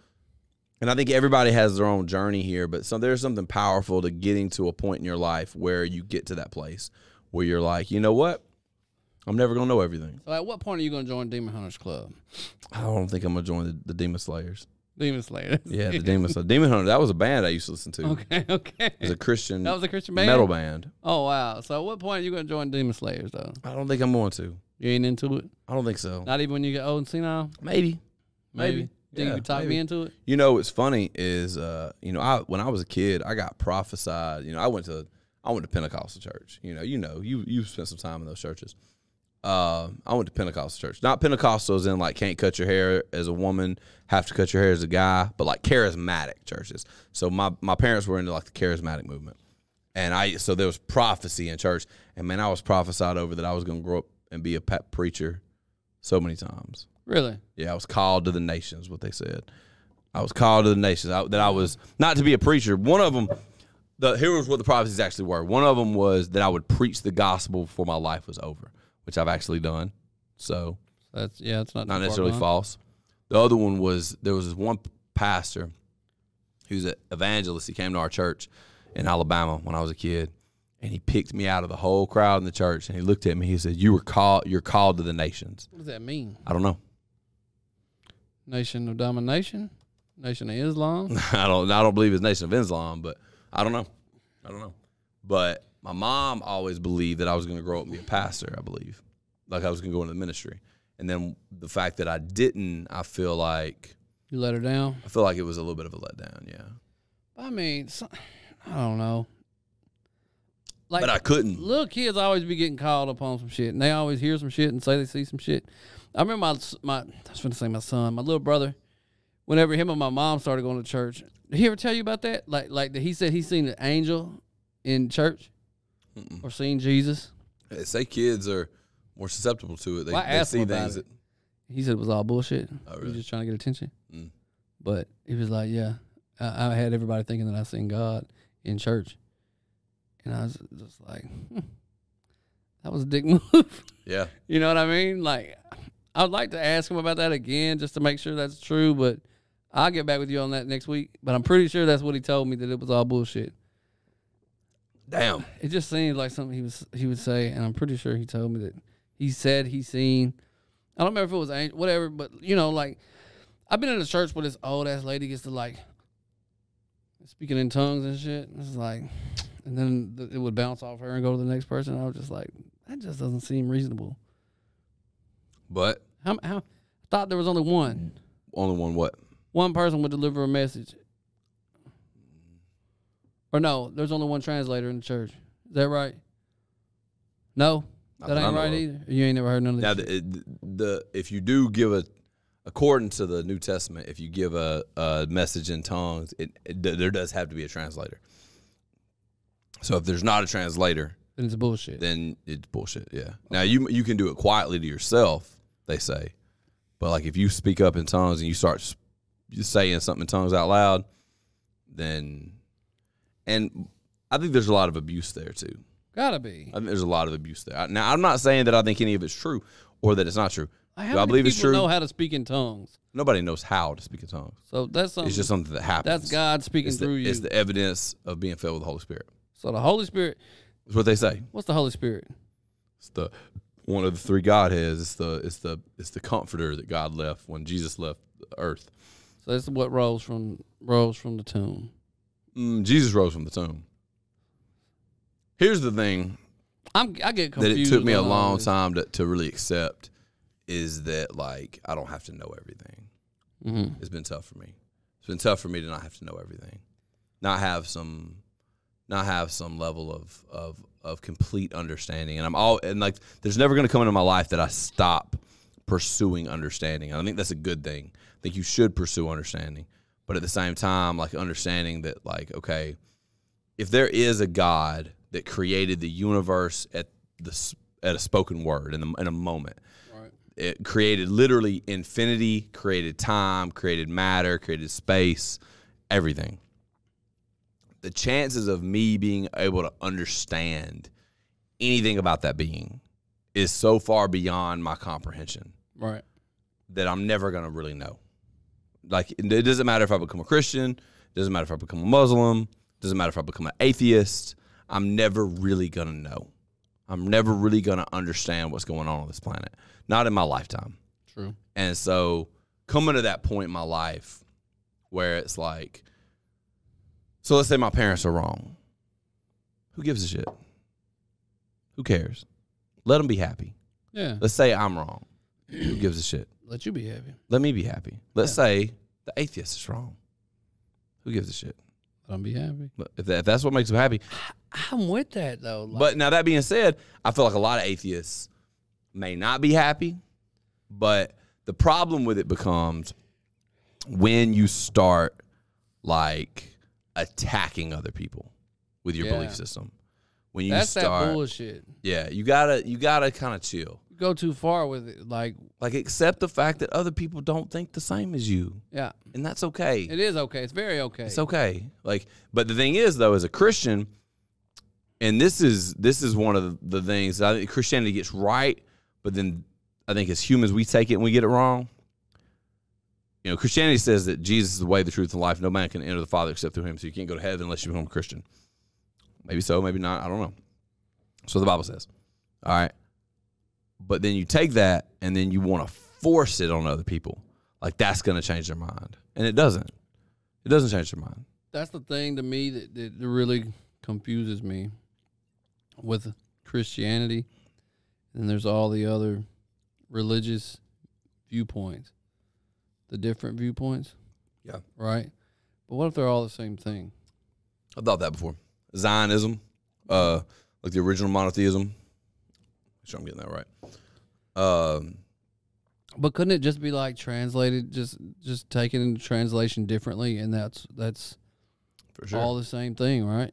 B: And I think everybody has their own journey here, but some there's something powerful to getting to a point in your life where you get to that place where you're like, you know what? I'm never gonna know everything.
C: So at what point are you going to join Demon Hunters Club?
B: I don't think I'm gonna join the, the Demon Slayers.
C: Demon Slayer.
B: Yeah, the Demon Slayers. Demon Hunter. That was a band I used to listen to.
C: okay, okay.
B: It was a Christian,
C: That was a Christian band?
B: metal band.
C: oh, wow. So at what point are you going to join Demon Slayers, though?
B: I don't think I'm going to.
C: You ain't into it?
B: I don't think so.
C: Not even when you get old and senile?
B: Maybe. Maybe.
C: Maybe. Think
B: Yeah,
C: you could talk
B: maybe.
C: me into it?
B: You know what's funny is uh, you know, I when I was a kid, I got prophesied, you know, I went to I went to Pentecostal church. You know, you know, you you spent some time in those churches. Uh, I went to Pentecostal church. Not Pentecostal as in like can't cut your hair as a woman, have to cut your hair as a guy, but like charismatic churches. So my my parents were into like the charismatic movement. And I so there was prophecy in church, and man, I was prophesied over that I was going to grow up and be a pe- preacher so many times.
C: Really?
B: Yeah, I was called to the nations. What they said, I was called to the nations. I, that I was not to be a preacher. One of them, the here was what the prophecies actually were. One of them was that I would preach the gospel before my life was over, which I've actually done. So
C: That's Yeah, it's not,
B: not
C: too far
B: necessarily
C: gone.
B: false. The other one was there was this one pastor who's an evangelist. He came to our church in Alabama when I was a kid, and he picked me out of the whole crowd in the church, and he looked at me. He said, "You were called. You're called to the nations."
C: What does that mean?
B: I don't know.
C: Nation of domination? Nation of Islam.
B: I don't I don't believe it's Nation of Islam, but I don't know. I don't know. But my mom always believed that I was going to grow up and be a pastor, I believe. Like I was going to go into the ministry. And then the fact that I didn't, I feel like
C: You let her down.
B: I feel like it was a little bit of a letdown, yeah.
C: I mean, so, I don't know. Like
B: but I couldn't.
C: little kids always be getting called up on some shit, and they always hear some shit and say they see some shit. I remember my s- my I was going to say my son, my little brother. Whenever him and my mom started going to church, did he ever tell you about that? Like like that he said he seen an angel in church or seen Jesus.
B: They say kids are more susceptible to it. They,
C: Well, I
B: they
C: asked
B: see
C: him about
B: things
C: it.
B: that
C: He said it was all bullshit. He was
B: Oh, really?
C: just trying to get attention.
B: Mm.
C: But he was like, yeah, I, I had everybody thinking that I seen God in church, and I was just like, hmm, that was a dick move.
B: yeah.
C: You know what I mean? Like, I'd like to ask him about that again just to make sure that's true, but I'll get back with you on that next week. But I'm pretty sure that's what he told me that it was all bullshit.
B: Damn.
C: It just seemed like something he was he would say, and I'm pretty sure he told me that he said he seen. I don't remember if it was angel, whatever, but you know, like I've been in a church where this old ass lady gets to like speaking in tongues and shit. It's like, and then th- it would bounce off her and go to the next person. I was just like, that just doesn't seem reasonable.
B: But
C: How, how I thought there was only one.
B: only one what?
C: One person would deliver a message. Or no, there's only one translator in the church. Is that right? No,
B: Not
C: that
B: that I
C: ain't
B: know
C: right
B: of.
C: either. You ain't never heard none of
B: Now,
C: that.
B: the, it- the if you do give a, according to the New Testament, if you give a, a message in tongues, it, it d- there does have to be a translator. So if there's not a translator,
C: then it's bullshit.
B: then it's bullshit. Yeah. Now you you can do it quietly to yourself, they say, but like if you speak up in tongues and you start s- you saying something in tongues out loud, then, and I think there's a lot of abuse there too.
C: Gotta be.
B: I think there's a lot of abuse there. I- Now, I'm not saying that I think any of it's true or that it's not true.
C: How
B: Do I
C: many
B: believe it's
C: people
B: true?
C: know how to speak in tongues?
B: Nobody knows how to speak in tongues.
C: So that's something.
B: It's just something that happens.
C: that's God speaking
B: It's the,
C: through you.
B: it's the evidence of being filled with the Holy Spirit.
C: so the Holy Spirit.
B: It's what they say.
C: What's the Holy Spirit?
B: It's the one of the three Godheads. It's the it's the it's the comforter that God left when Jesus left the earth.
C: So that's what rose from rose from the tomb.
B: Mm, Jesus rose from the tomb. Here's the thing
C: I'm, I get
B: that
C: confused.
B: it took me a
C: on all
B: long
C: this.
B: time to, to really accept is that like I don't have to know everything.
C: Mhm.
B: It's been tough for me. It's been tough for me to not have to know everything, not have some, not have some level of of of complete understanding. And I'm all and like there's never going to come into my life that I stop pursuing understanding. And I think that's a good thing. I think you should pursue understanding, but at the same time, like understanding that like okay, if there is a God that created the universe at the s- at a spoken word in, the, in a moment, it created literally infinity, created time, created matter, created space, everything. The chances of me being able to understand anything about that being is so far beyond my comprehension
C: Right.
B: that I'm never gonna really know. Like it it doesn't matter if I become a Christian, it doesn't matter if I become a Muslim, it doesn't matter if I become an atheist. I'm never really gonna know. I'm never really gonna understand what's going on on this planet. Not in my lifetime.
C: True.
B: And so coming to that point in my life where it's like, so let's say my parents are wrong. Who gives a shit? Who cares? Let them be happy.
C: Yeah.
B: Let's say I'm wrong. Who gives a shit?
C: Let you be happy.
B: Let me be happy. Let's say the atheist is wrong. Who gives a shit?
C: Let them be happy.
B: But If, that, if that's what makes them happy.
C: I'm with that though. Like,
B: But now that being said, I feel like a lot of atheists may not be happy, but the problem with it becomes when you start like attacking other people with your
C: Yeah.
B: belief system. When you
C: that's that
B: start,
C: bullshit.
B: yeah, you gotta you gotta kind of chill.
C: You go too far with it. Like,
B: Like accept the fact that other people don't think the same as you,
C: yeah,
B: and that's okay.
C: it is okay. It's very okay.
B: It's okay. Like, but the thing is, though, as a Christian, and this is this is one of the things that I think Christianity gets right, but then I think as humans we take it and we get it wrong. You know, Christianity says that Jesus is the way, the truth, and life. No man can enter the Father except through Him. So you can't go to heaven unless you become a Christian. Maybe so, maybe not. I don't know. So the Bible says. All right. But then you take that and then you want to force it on other people. Like that's going to change their mind. And it doesn't. It doesn't change your mind.
C: That's the thing to me that, that really confuses me with Christianity. And there's all the other religious viewpoints, the different viewpoints.
B: Yeah.
C: Right? But what if they're all the same thing?
B: I thought that before. Zionism, uh, like the original monotheism. Make sure I'm getting that right. Um,
C: But couldn't it just be like translated, just just taken into translation differently, and that's that's
B: for sure.
C: all the same thing, right?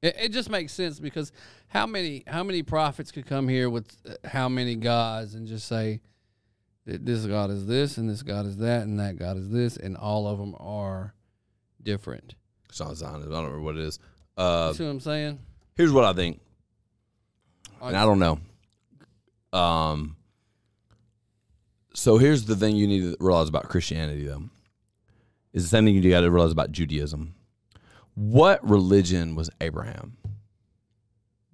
C: It, it just makes sense because how many how many prophets could come here with uh, how many gods and just say that this god is this and this god is that and that god is this and all of them are different.
B: it's not Zionism. I don't remember what it is. Uh,
C: You see what I'm saying?
B: here's what I think, and I don't know. Um, so here's the thing you need to realize about Christianity, though, is the same thing you got to realize about Judaism. What religion was Abraham?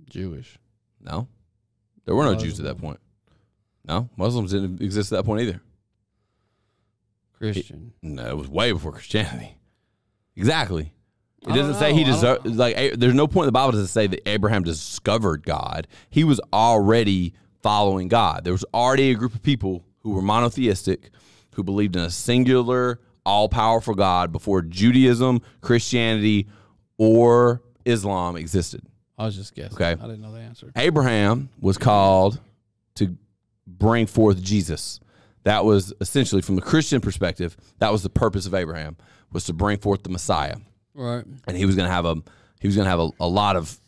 C: Jewish.
B: No, there were no
C: Muslim.
B: Jews at that point. No, Muslims didn't exist at that point either.
C: Christian.
B: No, it was way before Christianity. Exactly. It
C: I don't
B: doesn't say he
C: know. Oh, I
B: deserved.
C: don't-
B: Like, A- there's no point in the Bible to say that Abraham discovered God. He was already following God. There was already a group of people who were monotheistic, who believed in a singular, all-powerful God before Judaism, Christianity, or Islam existed.
C: I was just guessing.
B: Okay.
C: I didn't know the answer.
B: Abraham was called to bring forth Jesus. That was essentially from the Christian perspective, that was the purpose of Abraham was to bring forth the Messiah.
C: Right.
B: And he was going to have a he was going to have a, a lot of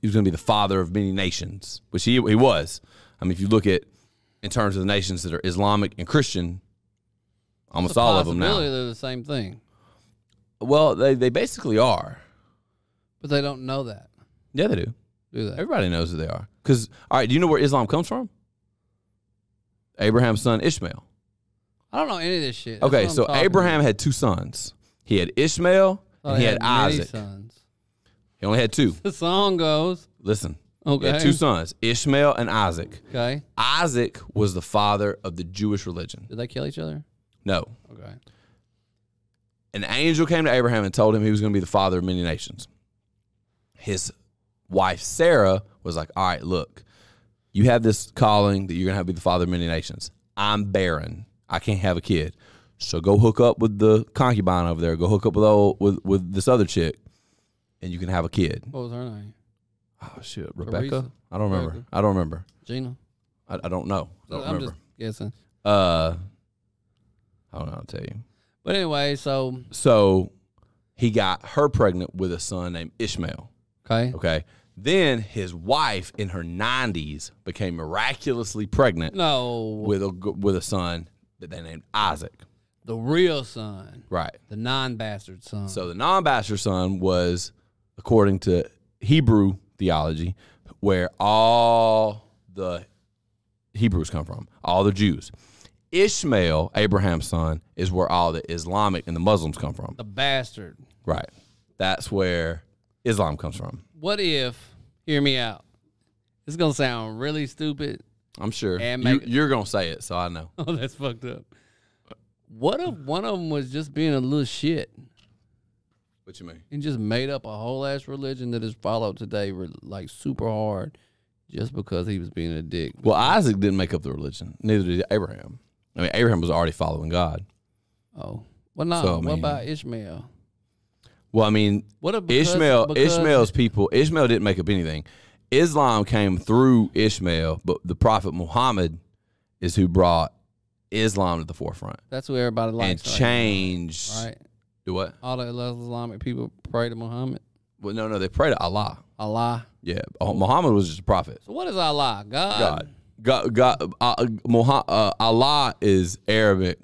B: he was going to be the father of many nations, which he he was. I mean, if you look at in terms of the nations that are Islamic and Christian, almost
C: The
B: all of them
C: possibility
B: now.
C: They're the same thing,
B: Well, they they basically are.
C: but they don't know that.
B: Yeah, they do.
C: Do they?
B: Everybody knows who they are. Because all right, do you know where Islam comes from? Abraham's son Ishmael.
C: I don't know any of this shit. That's
B: Okay,
C: what I'm
B: so
C: talking
B: Abraham had two sons. He had Ishmael
C: about.
B: and he
C: I
B: had,
C: many
B: Isaac.
C: sons.
B: He only had two.
C: The song goes,
B: Listen, he
C: okay,
B: had two sons, Ishmael and Isaac.
C: okay.
B: Isaac was the father of the Jewish religion.
C: Did they kill each other?
B: No,
C: Okay.
B: an angel came to Abraham and told him he was going to be the father of many nations. His wife Sarah was like, "All right, look, you have this calling that you're going to have to be the father of many nations. I'm barren. I can't have a kid. So go hook up with the concubine over there. Go hook up with old, with with this other chick, and you can have a kid."
C: What was her name?
B: Oh shit, Rebecca.
C: Teresa.
B: I don't remember. I don't remember.
C: Gina.
B: I, I don't know. I don't
C: I'm
B: remember.
C: just guessing.
B: uh, I don't know. I'll tell you.
C: But anyway, so
B: So he got her pregnant with a son named Ishmael.
C: okay,
B: Okay. Then his wife in her 90s became miraculously pregnant
C: no,
B: with a g- with a son that they named Isaac.
C: the real son,
B: Right.
C: the non-bastard son.
B: So the non-bastard son was according to Hebrew theology where all the Hebrews come from, all the Jews. Ishmael, Abraham's son, is where all the Islamic and the Muslims come from.
C: the bastard.
B: Right. That's where Islam comes from.
C: What if? Hear me out. It's gonna sound really stupid.
B: I'm sure.
C: And
B: you,
C: make-
B: you're going to say it, so I know.
C: Oh, that's fucked up. What if one of them was just being a little shit
B: What you mean?
C: and just made up a whole ass religion that is followed today, re- like super hard, just because he was being a dick?
B: Well, Isaac didn't make up the religion. Neither did Abraham. I mean, Abraham was already following God.
C: Oh, well, no.
B: So, I
C: what
B: mean-
C: about Ishmael?
B: Well, I mean,
C: What if because-
B: Ishmael,
C: because-
B: Ishmael's people, Ishmael didn't make up anything. Islam came through Ishmael, but the prophet Muhammad is who brought Islam to the forefront
C: That's what everybody
B: and
C: likes. right?
B: changed.
C: right?
B: Do what?
C: All the Islamic people pray to Muhammad.
B: Well, no, no, they pray to Allah.
C: Allah.
B: Yeah, oh, Muhammad was just a prophet.
C: So what is Allah? God.
B: God, God, God uh, Muhammad, uh, Allah is Arabic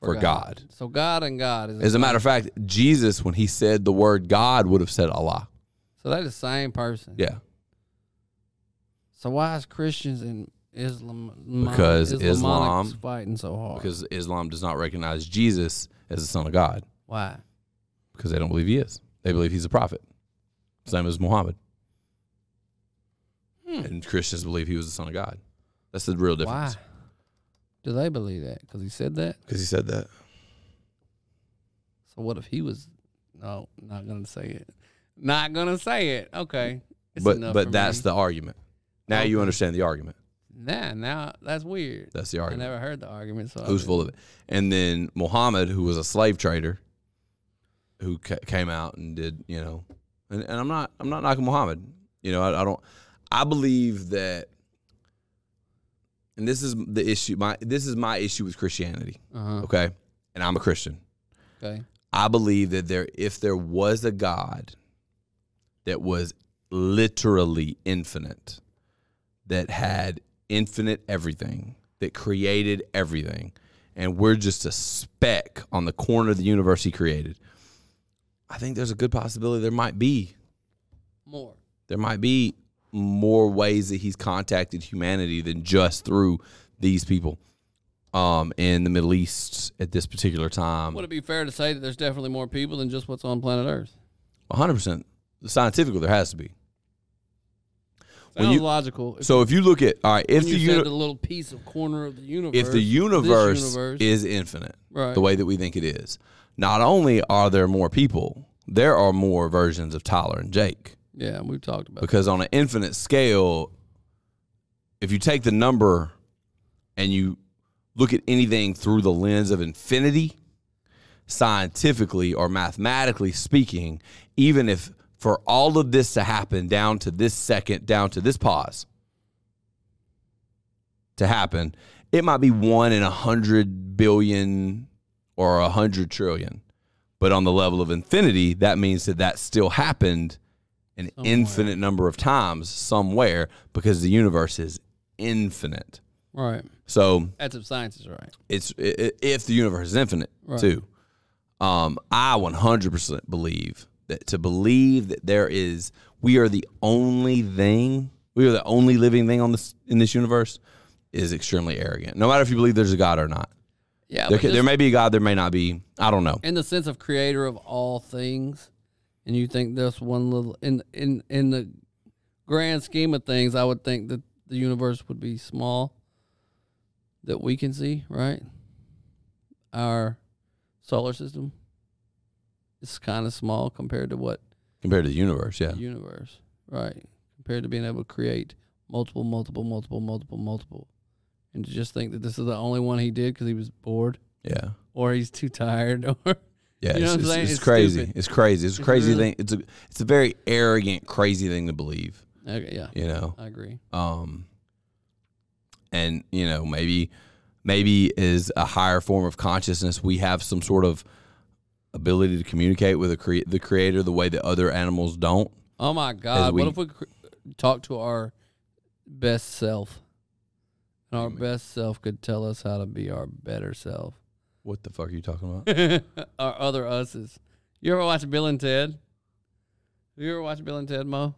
B: for God.
C: So God and God is.
B: As a matter of fact, Jesus, when he said the word God, would have said Allah.
C: so they're the same person.
B: Yeah.
C: So why is Christians and Islam
B: Because
C: Islamonics
B: Islam-
C: fighting so hard?
B: Because Islam does not recognize Jesus as the Son of God
C: why?
B: because they don't believe he is. They believe he's a prophet, same as Muhammad. And Christians believe he was the Son of God. That's the real
C: Hmm. Why?
B: difference.
C: Do they believe that? Because he said that.
B: Because he said that.
C: So what if he was? No, not gonna say it. Not gonna say it. Okay. It's
B: but
C: enough
B: but
C: for
B: that's
C: me.
B: the argument. Now you understand the argument.
C: nah. Now that's weird.
B: That's the
C: I
B: argument.
C: never heard the argument. So I
B: Who's
C: didn't-
B: full of it? And then Muhammad, who was a slave trader, who ca- came out and did you know, and, and I'm not I'm not knocking Muhammad. You know, I, I don't. I believe that, and this is the issue. My this is my issue with Christianity.
C: Uh-huh.
B: Okay, and I'm a Christian.
C: Okay.
B: I believe that there, if there was a God that was literally infinite, that had infinite everything, that created everything, and we're just a speck on the corner of the universe he created, I think there's a good possibility there might be
C: More.
B: there might be more ways that he's contacted humanity than just through these people um, in the Middle East at this particular time.
C: Would it be fair to say that there's definitely more people than just what's on planet Earth?
B: 100%. Scientifically, there has to be. When
C: Sounds
B: you-
C: logical. If
B: So if you look at all right, if
C: you
B: the,
C: said
B: uni-
C: the little piece of corner of the universe,
B: if the
C: this
B: universe,
C: universe-
B: is infinite,
C: Right.
B: the way that we think it is, not only are there more people, there are more versions of Tyler and Jake
C: yeah, we've talked about.
B: because on an infinite scale, if you take the number and you look at anything through the lens of infinity, scientifically or mathematically speaking, even if for all of this to happen down to this second, down to this pause to happen, it might be one in a hundred billion or a hundred trillion. But on the level of infinity, that means that that still happened an infinite number of times somewhere because the universe is infinite.
C: It. Right.
B: So
C: That's if science is right.
B: it's i- i- if the universe is infinite too. Um, I 100% believe that to believe that there is, we are the only thing, we are the only living thing on this in this universe, is extremely arrogant. No matter if you believe there's a god or not,
C: Yeah.
B: there,
C: but
B: ca- there
C: just
B: may be a god, there may not be. I don't know.
C: in the sense of creator of all things, and you think that's one little in in in the grand scheme of things, I would think that the universe would be small that we can see, right? Our solar system is kind of small compared to what
B: Compared to the universe, yeah,
C: the universe, right? Compared to being able to create multiple, multiple, multiple, multiple, multiple, and to just think that this is the only one he did because he was bored
B: yeah.
C: or he's too tired or
B: Yeah,
C: You know
B: it's,
C: what I'm
B: it's-
C: saying?
B: it's
C: It's
B: crazy.
C: stupid.
B: It's crazy. It's a crazy
C: really-
B: thing. It's a it's a very arrogant, crazy thing to believe.
C: okay, yeah,
B: You know,
C: I agree.
B: um, and you know maybe maybe as a higher form of consciousness, we have some sort of ability to communicate with a crea- the creator the way that other animals don't.
C: Oh my God!
B: we-
C: what if we cr- talk to our best self, and our best self could tell us how to be our better self?
B: What the fuck are you talking about?
C: our other us's. You ever watch Bill and Ted? You ever watch Bill and Ted, Mo?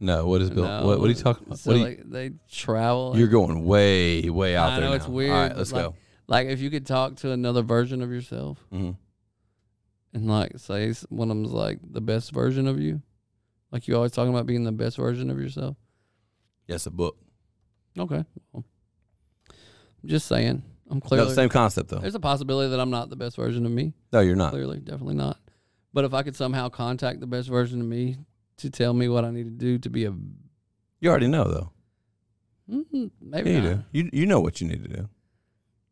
B: No, what is Bill?
C: No.
B: What, what are you talking about?
C: So
B: What are you-
C: like they travel.
B: you're going way way out
C: I
B: there.
C: know it's
B: now.
C: weird.
B: All right, let's
C: like,
B: go.
C: Like if you could talk to another version of yourself,
B: Mhm.
C: and like say s- one of them's like the best version of you, like you always talking about being the best version of yourself.
B: Yes, a book.
C: Okay. Well, I'm just saying. I'm
B: No,
C: clearly
B: same concept though.
C: there's a possibility that I'm not the best version of me.
B: No, you're not.
C: Clearly, definitely not. But if I could somehow contact the best version of me to tell me what I need to do to be a
B: You already know though.
C: mm, maybe
B: Yeah, you
C: not.
B: do. You you know what you need to do.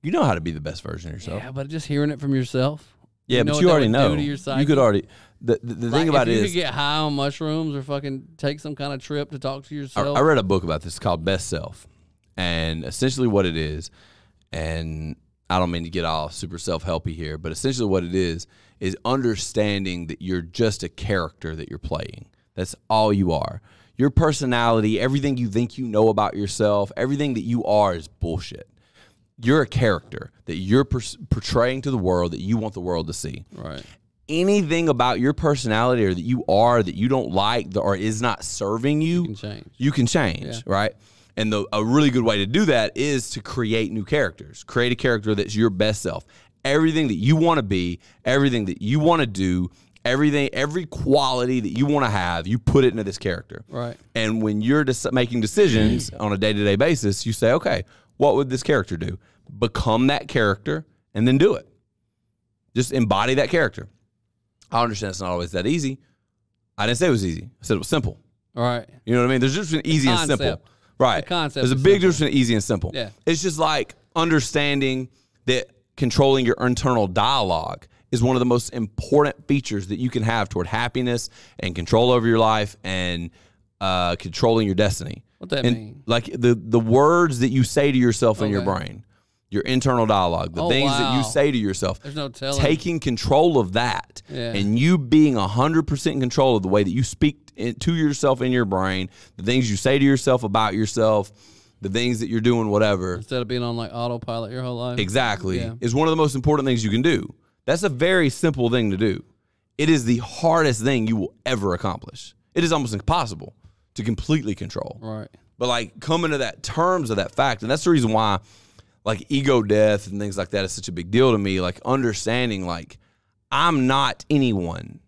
B: You know how to be the best version of yourself.
C: Yeah, but just hearing it from yourself.
B: Yeah,
C: you know
B: but
C: what
B: you
C: that
B: already
C: would
B: know.
C: do to your
B: You
C: psyche?
B: could already. The the, the
C: Like,
B: thing about
C: if
B: it
C: you
B: is,
C: could get high on mushrooms or fucking take some kind of trip to talk to
B: I,
C: yourself.
B: I read a book about this called Best Self, and essentially what it is, and I don't mean to get all super self helpy here, but essentially what it is is understanding that you're just a character that you're playing. That's all you are. Your personality, everything you think you know about yourself, everything that you are is bullshit. You're a character that you're pers- portraying to the world that you want the world to see.
C: right.
B: anything about your personality or that you are that you don't like that- or is not serving you,
C: Can change.
B: you can change, right? And the, a really good way to do that is to create new characters. Create a character that's your best self. Everything that you want to be, everything that you want to do, everything, every quality that you want to have, you put it into this character.
C: Right.
B: And when you're dec- making decisions on a day to day basis, you say, okay, what would this character do? Become that character and then do it Just embody that character. I understand it's not always that easy. I didn't say it was easy. I said it was simple.
C: All right.
B: You know what I mean? There's just an easy and simple.
C: concept.
B: Right.
C: The concept
B: There's a
C: is
B: big
C: simple.
B: difference between easy and simple.
C: Yeah.
B: It's just like understanding that controlling your internal dialogue is one of the most important features that you can have toward happiness and control over your life and uh, controlling your destiny.
C: What that
B: and
C: mean?
B: Like the the words that you say to yourself in your
C: Okay.
B: brain, your internal dialogue, the
C: Oh,
B: things that
C: wow.
B: you say to yourself.
C: There's no telling.
B: Taking control of that
C: Yeah.
B: and you being 100% in control of the way that you speak in, to yourself in your brain, the things you say to yourself about yourself, the things that you're doing, whatever,
C: Instead of being on like autopilot your whole life.
B: exactly,
C: Yeah.
B: is one of the most important things you can do. That's a very simple thing to do. It is the hardest thing you will ever accomplish. It is almost impossible to completely control.
C: Right.
B: But like coming to that terms of that fact, and that's the reason why like ego death and things like that is such a big deal to me. Like understanding like I'm not anyone.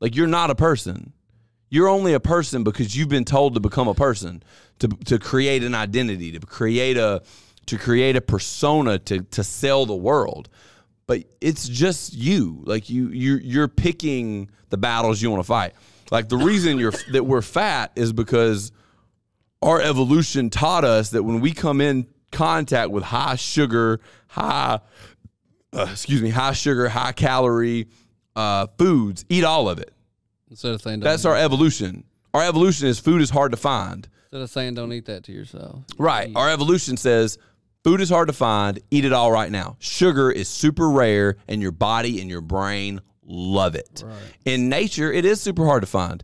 B: Like you're not a person. You're only a person because you've been told to become a person, to to create an identity, to create a to create a persona to to sell the world. But it's just you. Like you you you're picking the battles you want to fight. Like the reason you're that we're fat is because our evolution taught us that when we come in contact with high sugar, high, uh, excuse me, high sugar, high calorie uh, foods, eat all of it.
C: Instead of saying don't
B: That's our evolution. Our evolution is food is hard to find.
C: instead of saying don't eat that to yourself.
B: Right. Our evolution says food is hard to find, eat it all right now. Sugar is super rare, and your body and your brain love it. In nature, it is super hard to find.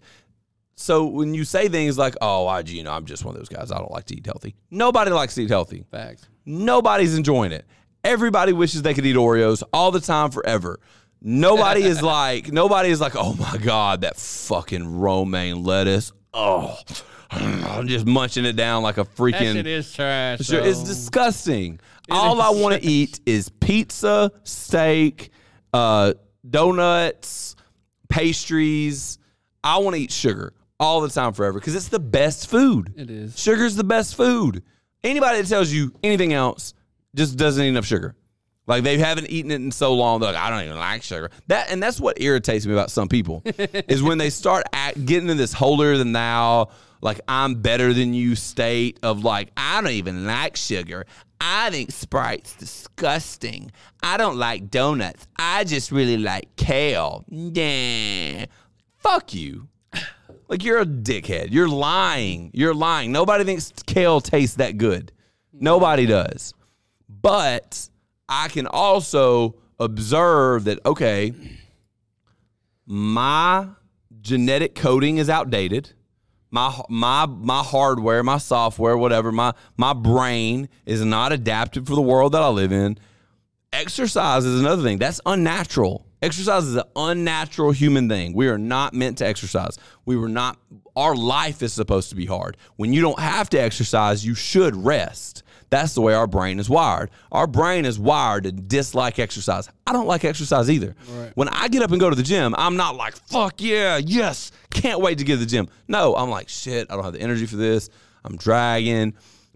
B: So when you say things like, oh, I, you know, I'm just one of those guys, I don't like to eat healthy. Nobody likes to eat healthy.
C: Facts.
B: Nobody's enjoying it. Everybody wishes they could eat Oreos all the time forever. Nobody is like, nobody is like, oh my God, that fucking romaine lettuce. Oh, I'm just munching it down like a freaking.
C: is trash.
B: Sure, it's disgusting. All I want to eat is pizza, steak, uh, donuts, pastries. I want to eat sugar all the time forever because it's the best food.
C: It is.
B: Sugar's the best food. Anybody that tells you anything else just doesn't eat enough sugar. Like they haven't eaten it in so long. They're like, I don't even like sugar. That and that's what irritates me about some people is when they start act, getting in this holier than thou, like I'm better than you state of like I don't even like sugar. I think Sprite's disgusting. I don't like donuts. I just really like kale. Nah. Fuck you. Like you're a dickhead. You're lying. You're lying. Nobody thinks kale tastes that good. Nobody does. But I can also observe that okay, my genetic coding is outdated. My my my hardware, my software, whatever, my my brain is not adapted for the world that I live in. Exercise is another thing. That's unnatural. Exercise is an unnatural human thing. We are not meant to exercise. We were not our life is supposed to be hard. When you don't have to exercise, you should rest. That's the way our brain is wired. Our brain is wired to dislike exercise. I don't like exercise either. When I get up and go to the gym, I'm not like, fuck yeah, yes, can't wait to get to the gym. No, I'm like, shit, I don't have the energy for this. I'm dragging.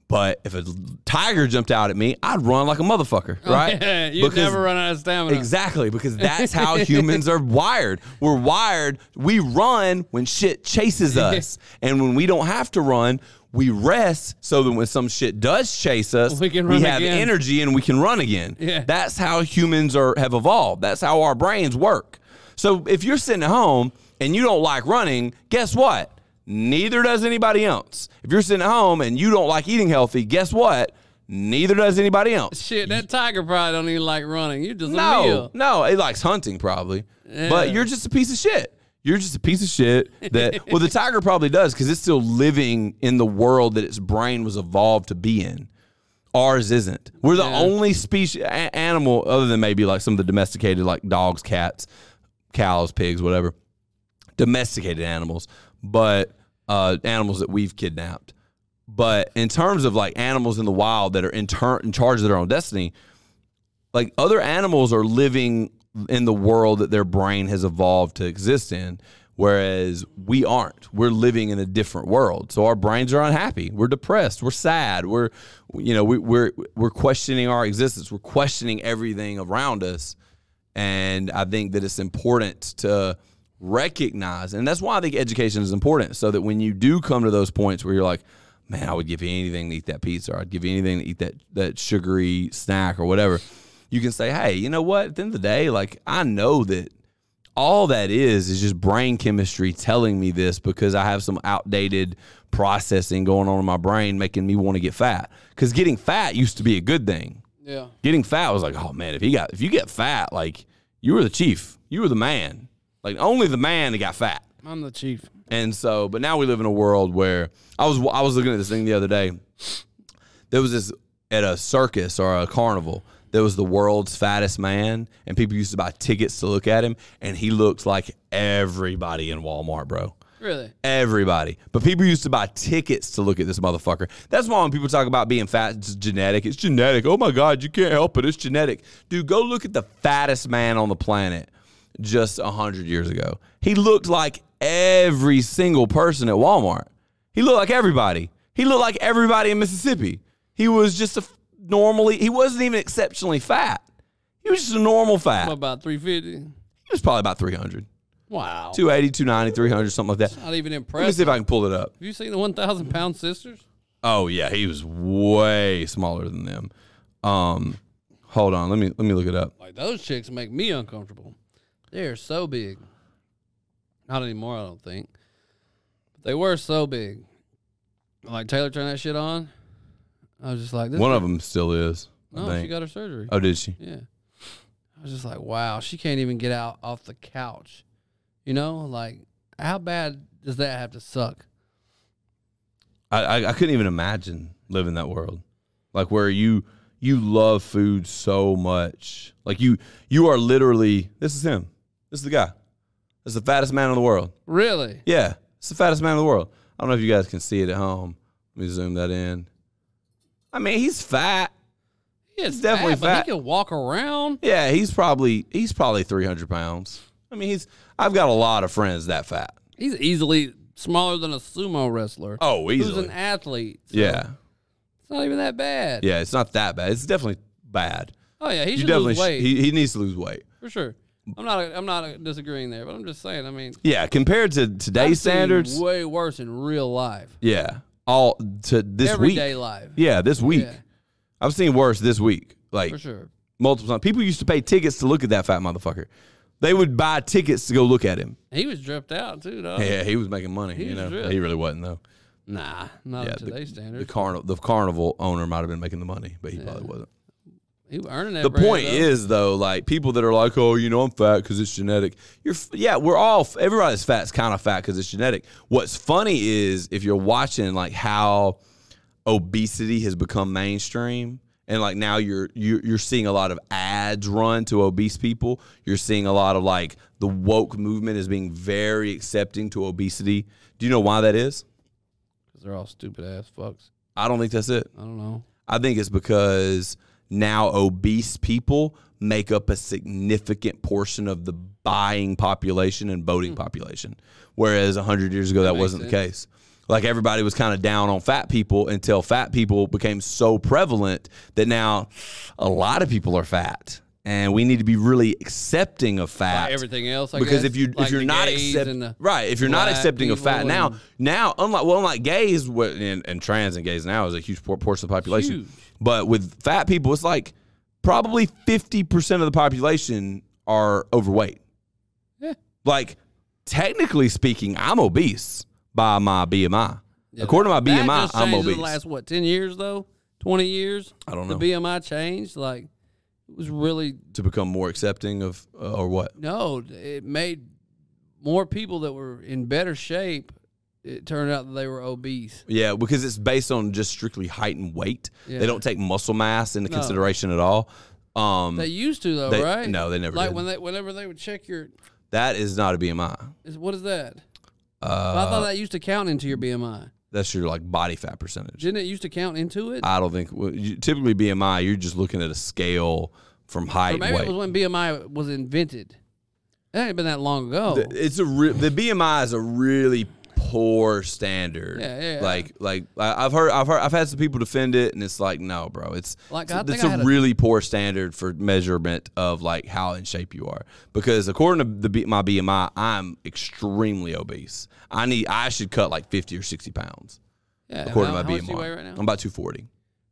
B: But if a tiger jumped out at me, I'd run like a motherfucker, right?
C: you would never run out of stamina.
B: Exactly, because that's how humans are wired. We're wired, we run when shit chases us. and when we don't have to run, we rest so that when some shit does chase us,
C: We can run
B: have
C: again.
B: energy and we can run again.
C: Yeah.
B: That's how humans are have evolved. That's how our brains work. So if you're sitting at home and you don't like running, guess what? Neither does anybody else. If you're sitting at home and you don't like eating healthy, guess what? Neither does anybody else.
C: Shit, that tiger probably don't even like running. You just a
B: No,
C: meal.
B: no, it likes hunting probably, but you're just a piece of shit. You're just a piece of shit that. well, the tiger probably does because it's still living in the world that its brain was evolved to be in. Ours isn't. We're the only species a- animal other than maybe like some of the domesticated like dogs, cats, cows, pigs, whatever, domesticated animals, but uh, animals that we've kidnapped. But in terms of like animals in the wild that are in, turn in charge of their own destiny, like other animals are living in the world that their brain has evolved to exist in whereas we aren't we're living in a different world so our brains are unhappy we're depressed we're sad we're you know we, we're we're questioning our existence we're questioning everything around us And I think that it's important to recognize, and that's why I think education is important, so that when you do come to those points where you're like, man, I would give you anything to eat that pizza, or I'd give you anything to eat that that sugary snack or whatever, you can say, hey, you know what? At the end of the day, like I know that all that is is just brain chemistry telling me this because I have some outdated processing going on in my brain making me want to get fat. Because getting fat used to be a good thing.
C: Yeah.
B: Getting fat was like, oh man, if he got if you get fat, like you were the chief, you were the man. Like only the man that got fat.
C: I'm the chief.
B: And so, but now we live in a world where I was I was looking at this thing the other day. There was this at a circus or a carnival. There was the world's fattest man, and people used to buy tickets to look at him, and he looked like everybody in Walmart, bro.
C: Really?
B: Everybody. But people used to buy tickets to look at this motherfucker. That's why when people talk about being fat, it's genetic. It's genetic. Oh my God, you can't help it. It's genetic. Dude, go look at the fattest man on the planet just 100 years ago. He looked like every single person at Walmart. He looked like everybody. He looked like everybody in Mississippi. He was just a f- normally, he wasn't even exceptionally fat. He was just a normal fat.
C: I'm
B: He
C: about 350.
B: was probably about 300,
C: Wow.
B: 280, 290, 300, something like that.
C: Not even
B: Let me
C: impressed.
B: see
C: Have
B: if I can pull it up.
C: you seen the 1,000 pound sisters?
B: Oh yeah, he was way smaller than them. Um, hold on, let me let me look it up.
C: Like, those chicks make me uncomfortable. They are so big. Not anymore, I don't think. But they were so big. Like, Taylor turned that shit on. I was just like, this
B: One of them still is. I
C: No,
B: think.
C: she got her surgery.
B: oh, did she?
C: Yeah. I was just like, wow, she can't even get out off the couch. You know, like, how bad does that have to suck?
B: I, I I couldn't even imagine living that world, like where you you love food so much, like you you are literally. This is him. This is the guy. This is the fattest man in the world.
C: Really?
B: Yeah, it's the fattest man in the world. I don't know if you guys can see it at home. Let me zoom that in. I mean, he's fat.
C: It's
B: definitely fat.
C: But he can walk around.
B: Yeah, he's probably he's probably three hundred pounds. I mean, he's I've got a lot of friends that fat.
C: He's easily smaller than a sumo wrestler.
B: Oh,
C: Who's
B: easily.
C: an athlete. so
B: yeah,
C: It's not even that bad.
B: yeah. It's not that bad. It's definitely bad.
C: Oh, yeah. He
B: You
C: should
B: definitely
C: lose
B: sh-
C: weight.
B: he he needs to lose weight.
C: for sure. I'm not, I'm not disagreeing there, but I'm just saying, I mean,
B: Yeah, compared to
C: I've
B: today's
C: seen
B: standards.
C: way worse in real life,
B: yeah, all to this week.
C: everyday life.
B: Yeah, this week
C: Yeah.
B: I've seen worse this week. Like
C: For sure.
B: multiple times, people used to pay tickets to look at that fat motherfucker. They would buy tickets to go look at him.
C: He was dripped out, too, though.
B: Yeah, he was making money. you
C: was
B: know,
C: ripped.
B: he really wasn't though.
C: Nah, not
B: Yeah,
C: up to
B: the-
C: today's
B: The
C: standards.
B: carnival, the carnival owner might have been making the money, but he probably wasn't.
C: He was earning that
B: the
C: bread,
B: point
C: though.
B: is though like people that are like oh you know i'm fat because it's genetic you're f- yeah we're all f- everybody's fat's kind of fat because it's genetic what's funny is if you're watching like how obesity has become mainstream and like now you're you're, you're seeing a lot of ads run to obese people you're seeing a lot of like the woke movement is being very accepting to obesity do you know why that is
C: Because they're all stupid ass fucks.
B: i don't think that's it
C: I don't know.
B: I think it's because now obese people make up a significant portion of the buying population and boating population, whereas 100 years ago that, wasn't the case. Like everybody was kind of down on fat people until fat people became so prevalent that now a lot of people are fat, and we need to be really accepting of fat.
C: Everything else, I
B: because
C: guess,
B: if you
C: like
B: if you're
C: the
B: not
C: gays and
B: accepting
C: the
B: right if you're not
C: black
B: accepting of fat
C: people
B: now
C: and-
B: now unlike well unlike gays what- and, and trans and gays now is a huge por- portion of the population
C: Huge.
B: but with fat people it's like probably 50% of the population are overweight
C: Yeah.
B: like technically speaking i'm obese by my bmi according to my
C: That
B: bmi
C: just
B: i'm
C: changed in
B: obese
C: the last what ten years though, twenty years.
B: I don't know.
C: The BMI changed. Like it was really
B: to become more accepting of uh, or what
C: no. It made more people that were in better shape. It turned out that they were obese.
B: Yeah, because it's based on just strictly height and weight. They
C: Yeah.
B: don't take muscle mass into
C: No.
B: consideration at all. Um,
C: They used to though,
B: They-
C: right?
B: no, they never
C: Like
B: did.
C: when they whenever they would check your
B: that is not a BMI.
C: is what is that?
B: Uh,
C: I thought that used to count into your BMI.
B: That's your like body fat percentage.
C: Didn't it used to count into it?
B: I don't think well, you, typically BMI. You're just looking at a scale from
C: Or
B: height and
C: maybe
B: weight.
C: it was when BMI was invented. That ain't been that long ago.
B: it's a re- the BMI is a really poor standard.
C: Yeah, yeah, yeah.
B: Like, like I- I've heard, I've heard, I've had some people defend it, and it's like, no, bro, it's
C: Like, I
B: it's,
C: think
B: it's
C: I
B: a
C: had a-
B: really poor standard for measurement of like how in shape you are. Because according to the, B- my BMI, I'm extremely obese. I need, I should cut like fifty or sixty pounds
C: Yeah, and
B: according
C: how,
B: to
C: how
B: my
C: much
B: BMI.
C: do you weigh right now?
B: I'm about two forty.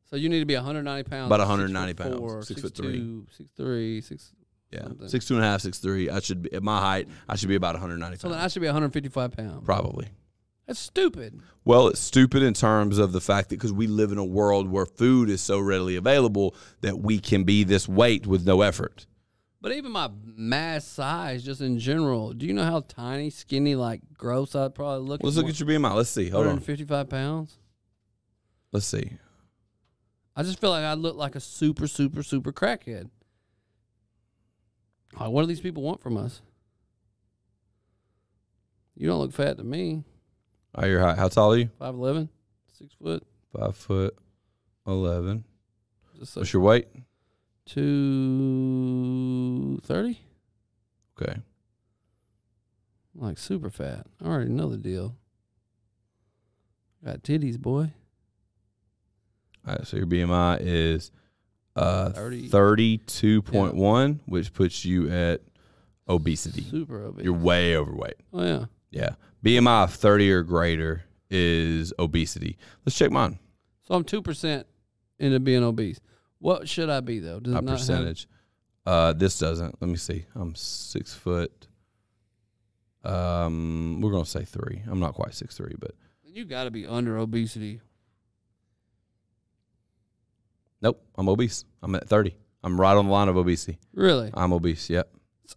C: so you need to be 190 pounds.
B: About
C: six
B: 190
C: foot
B: pounds,
C: four,
B: six foot
C: 6'2", 6'3", six-
B: Yeah,
C: Something.
B: six two and a half, six three. I should be at my height. I should be about 190
C: So then
B: pounds,
C: I should be 155 pounds.
B: probably.
C: That's stupid.
B: Well, it's stupid in terms of the fact that because we live in a world where food is so readily available that we can be this weight with no effort.
C: But even my mass size, just in general, do you know how tiny, skinny, like gross I'd probably look?
B: Let's look at your BMI. Let's see. Hold on.
C: 155 pounds.
B: Let's see.
C: I just feel like I look like a super, super, super crackhead. Like, what do these people want from us? You don't look fat to me.
B: Are you high? How tall are you?
C: 5'11", 6 foot.
B: Five foot eleven.
C: Just like
B: What's your weight?
C: 230.
B: Okay.
C: Like super fat. I already know the deal. Got titties, boy.
B: All right. So your BMI is uh
C: Thirty.
B: thirty-two point one, which puts you at obesity.
C: Super obese.
B: You're way overweight.
C: oh, yeah.
B: Yeah. BMI of thirty or greater is obesity. Let's check mine.
C: So I'm two percent into being obese. What should I be though? Does
B: my
C: it not have-
B: percentage. Uh, this doesn't. Let me see. I'm six foot. Um, we're gonna say three. I'm not quite six three, but
C: you got to be under obesity.
B: nope. I'm obese. I'm at thirty. I'm right on the line of obesity.
C: Really?
B: I'm obese. Yep.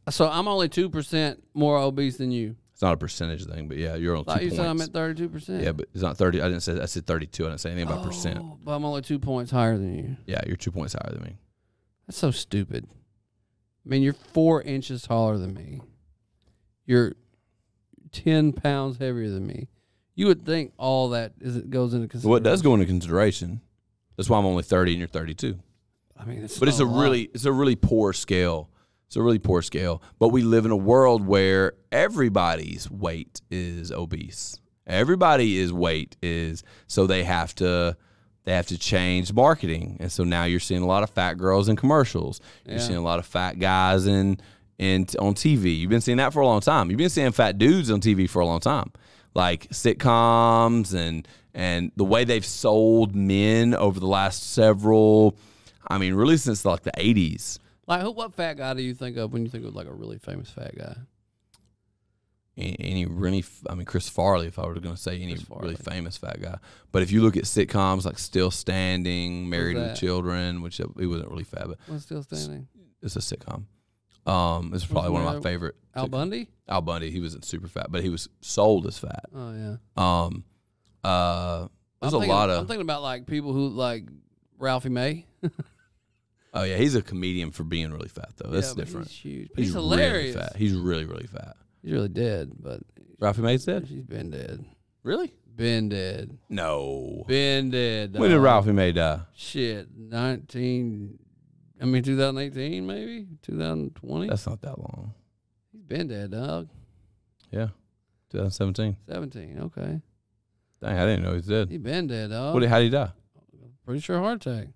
C: So I'm only two percent more obese than you.
B: It's not a percentage thing, but yeah, you're on
C: Like
B: two
C: you said, I'm
B: points.
C: at Oh. thirty-two percent.
B: yeah, but it's not thirty. I didn't say. I said thirty-two. I didn't say anything about percent.
C: But I'm only two points higher than you.
B: Yeah, you're two points higher than me.
C: That's so stupid. I mean, you're four inches taller than me. You're ten pounds heavier than me. You would think all that is it goes into consideration.
B: Well, it does go into consideration. That's why I'm only thirty and you're thirty-two.
C: I mean, it's
B: but it's
C: not
B: a
C: lot.
B: really it's a really poor scale. It's a really poor scale. But we live in a world where everybody's weight is obese. Everybody's weight is so they have to they have to change marketing. And so now you're seeing a lot of fat girls in commercials. You're
C: Yeah.
B: seeing a lot of fat guys in in on TV. You've been seeing that for a long time. You've been seeing fat dudes on TV for a long time. Like sitcoms and and the way they've sold men over the last several I mean, really since like the eighties.
C: like who? What fat guy do you think of when you think of like a really famous fat guy?
B: Any really, I mean, Chris Farley. If I were going to say any
C: Chris Farley.
B: really famous fat guy, but if you look at sitcoms like Still Standing, Married with
C: that?
B: Children, which it wasn't really fat, but
C: What's still standing?
B: it's a sitcom. Um, it's probably one of my
C: another-
B: favorite.
C: Al
B: sitcoms.
C: Bundy?
B: Al Bundy. He wasn't super fat, but he was sold as fat.
C: Oh yeah.
B: Um, uh, there's
C: I'm
B: a
C: thinking,
B: lot
C: I'm
B: of.
C: thinking about like people who like Ralphie May.
B: Oh yeah, he's a comedian for being really fat though. That's different.
C: He's huge. He's,
B: He's,
C: hilarious.
B: Really fat. He's really really fat.
C: He's really dead, but
B: Ralphie Mays dead.
C: he's been dead.
B: Really?
C: Been dead.
B: No.
C: Been dead.
B: When did
C: dog.
B: Ralphie May die?
C: Shit, nineteen. I mean, 2018 maybe 2020.
B: That's not that long.
C: He's been dead, dog.
B: Yeah. 2017.
C: 17. Okay,
B: Dang, I didn't know he was dead.
C: he's been dead, dog.
B: What, how did he die?
C: Pretty sure heart attack.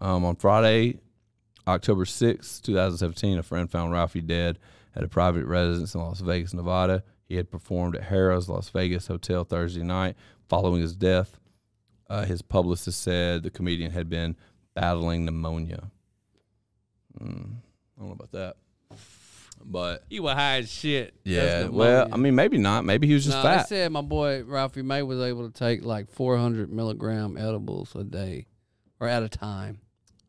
B: Um, on Friday, October sixth, two 2017, a friend found Ralphie dead at a private residence in Las Vegas, Nevada. He had performed at Harrah's Las Vegas Hotel Thursday night. Following his death, uh, his publicist said the comedian had been battling pneumonia. Mm, I don't know about that. But,
C: He was high as shit.
B: yeah, well, I mean, maybe not. Maybe he was just
C: no,
B: fat.
C: they said my boy Ralphie May was able to take like 400 milligram edibles a day or at a time.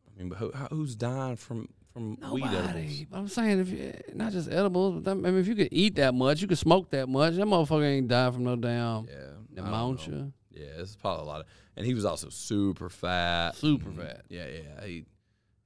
B: I mean, but who, how- who's dying from from weed edibles?
C: Nobody. But Oh, I'm saying if you, not just edibles, but that, I mean if you could eat that much, you could smoke that much. That motherfucker ain't die from no damn
B: Yeah, I don't know.
C: pneumonia.
B: Yeah, it's probably a lot of, and he was also super fat. Mm-hmm.
C: Super fat.
B: Yeah, yeah. He,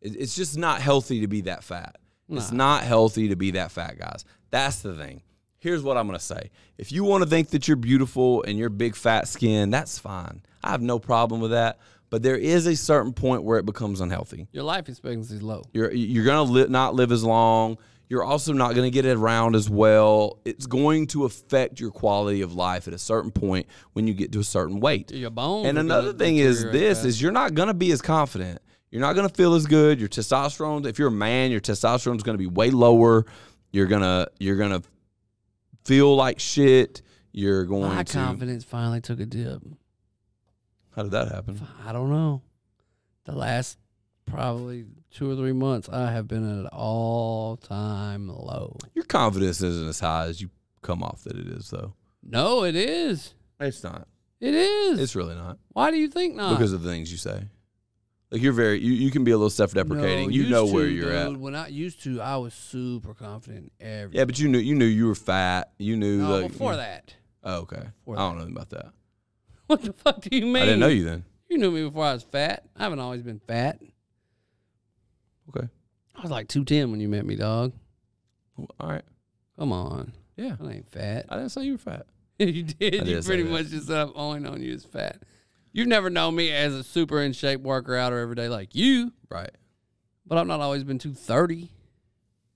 B: it, it's just not healthy to be that fat. It's
C: Nah.
B: not healthy to be that fat, guys. That's the thing. Here's what I'm gonna say. If you want to think that you're beautiful and you're big fat skin, that's fine. I have no problem with that. But there is a certain point where it becomes unhealthy.
C: Your life expectancy is low.
B: You're you're gonna li- not live as long. You're also not going to get it around as well. It's going to affect your quality of life at a certain point when you get to a certain weight.
C: Your bones.
B: And
C: are
B: another
C: gonna
B: thing is
C: deteriorate
B: this
C: fast.
B: is you're not going to be as confident. You're not going to feel as good. Your testosterone, if you're a man, your testosterone's going to be way lower. You're going to you're going to feel like shit. You're going
C: my
B: to
C: confidence finally took a dip.
B: How did that happen?
C: I don't know. The last probably two or three months, I have been at an all time low.
B: Your confidence isn't as high as you come off that it is though.
C: No, it is.
B: It's not.
C: It is.
B: It's really not
C: Why do you think not?
B: because of the things you say. Like you're very you, you can be a little self-deprecating.
C: No,
B: you
C: used
B: know
C: to,
B: where you're
C: dude.
B: at.
C: When I used to, I was super confident in everything.
B: Yeah, but you knew you knew you were fat. uh, You knew
C: no,
B: like
C: before that.
B: Oh, okay.
C: Before
B: I don't know about that.
C: What the fuck do you mean?
B: I didn't know you then.
C: You knew me before I was fat. I haven't always been fat.
B: Okay.
C: I was like 210 when you met me, dog.
B: Well, All right.
C: Come on.
B: Yeah.
C: I ain't fat.
B: I didn't say you were fat.
C: you did. you
B: did say
C: pretty
B: that.
C: much just said I've only known you as fat. You've never known me as a super in shape worker outer every day like you,
B: Right.
C: but I've not always been 230.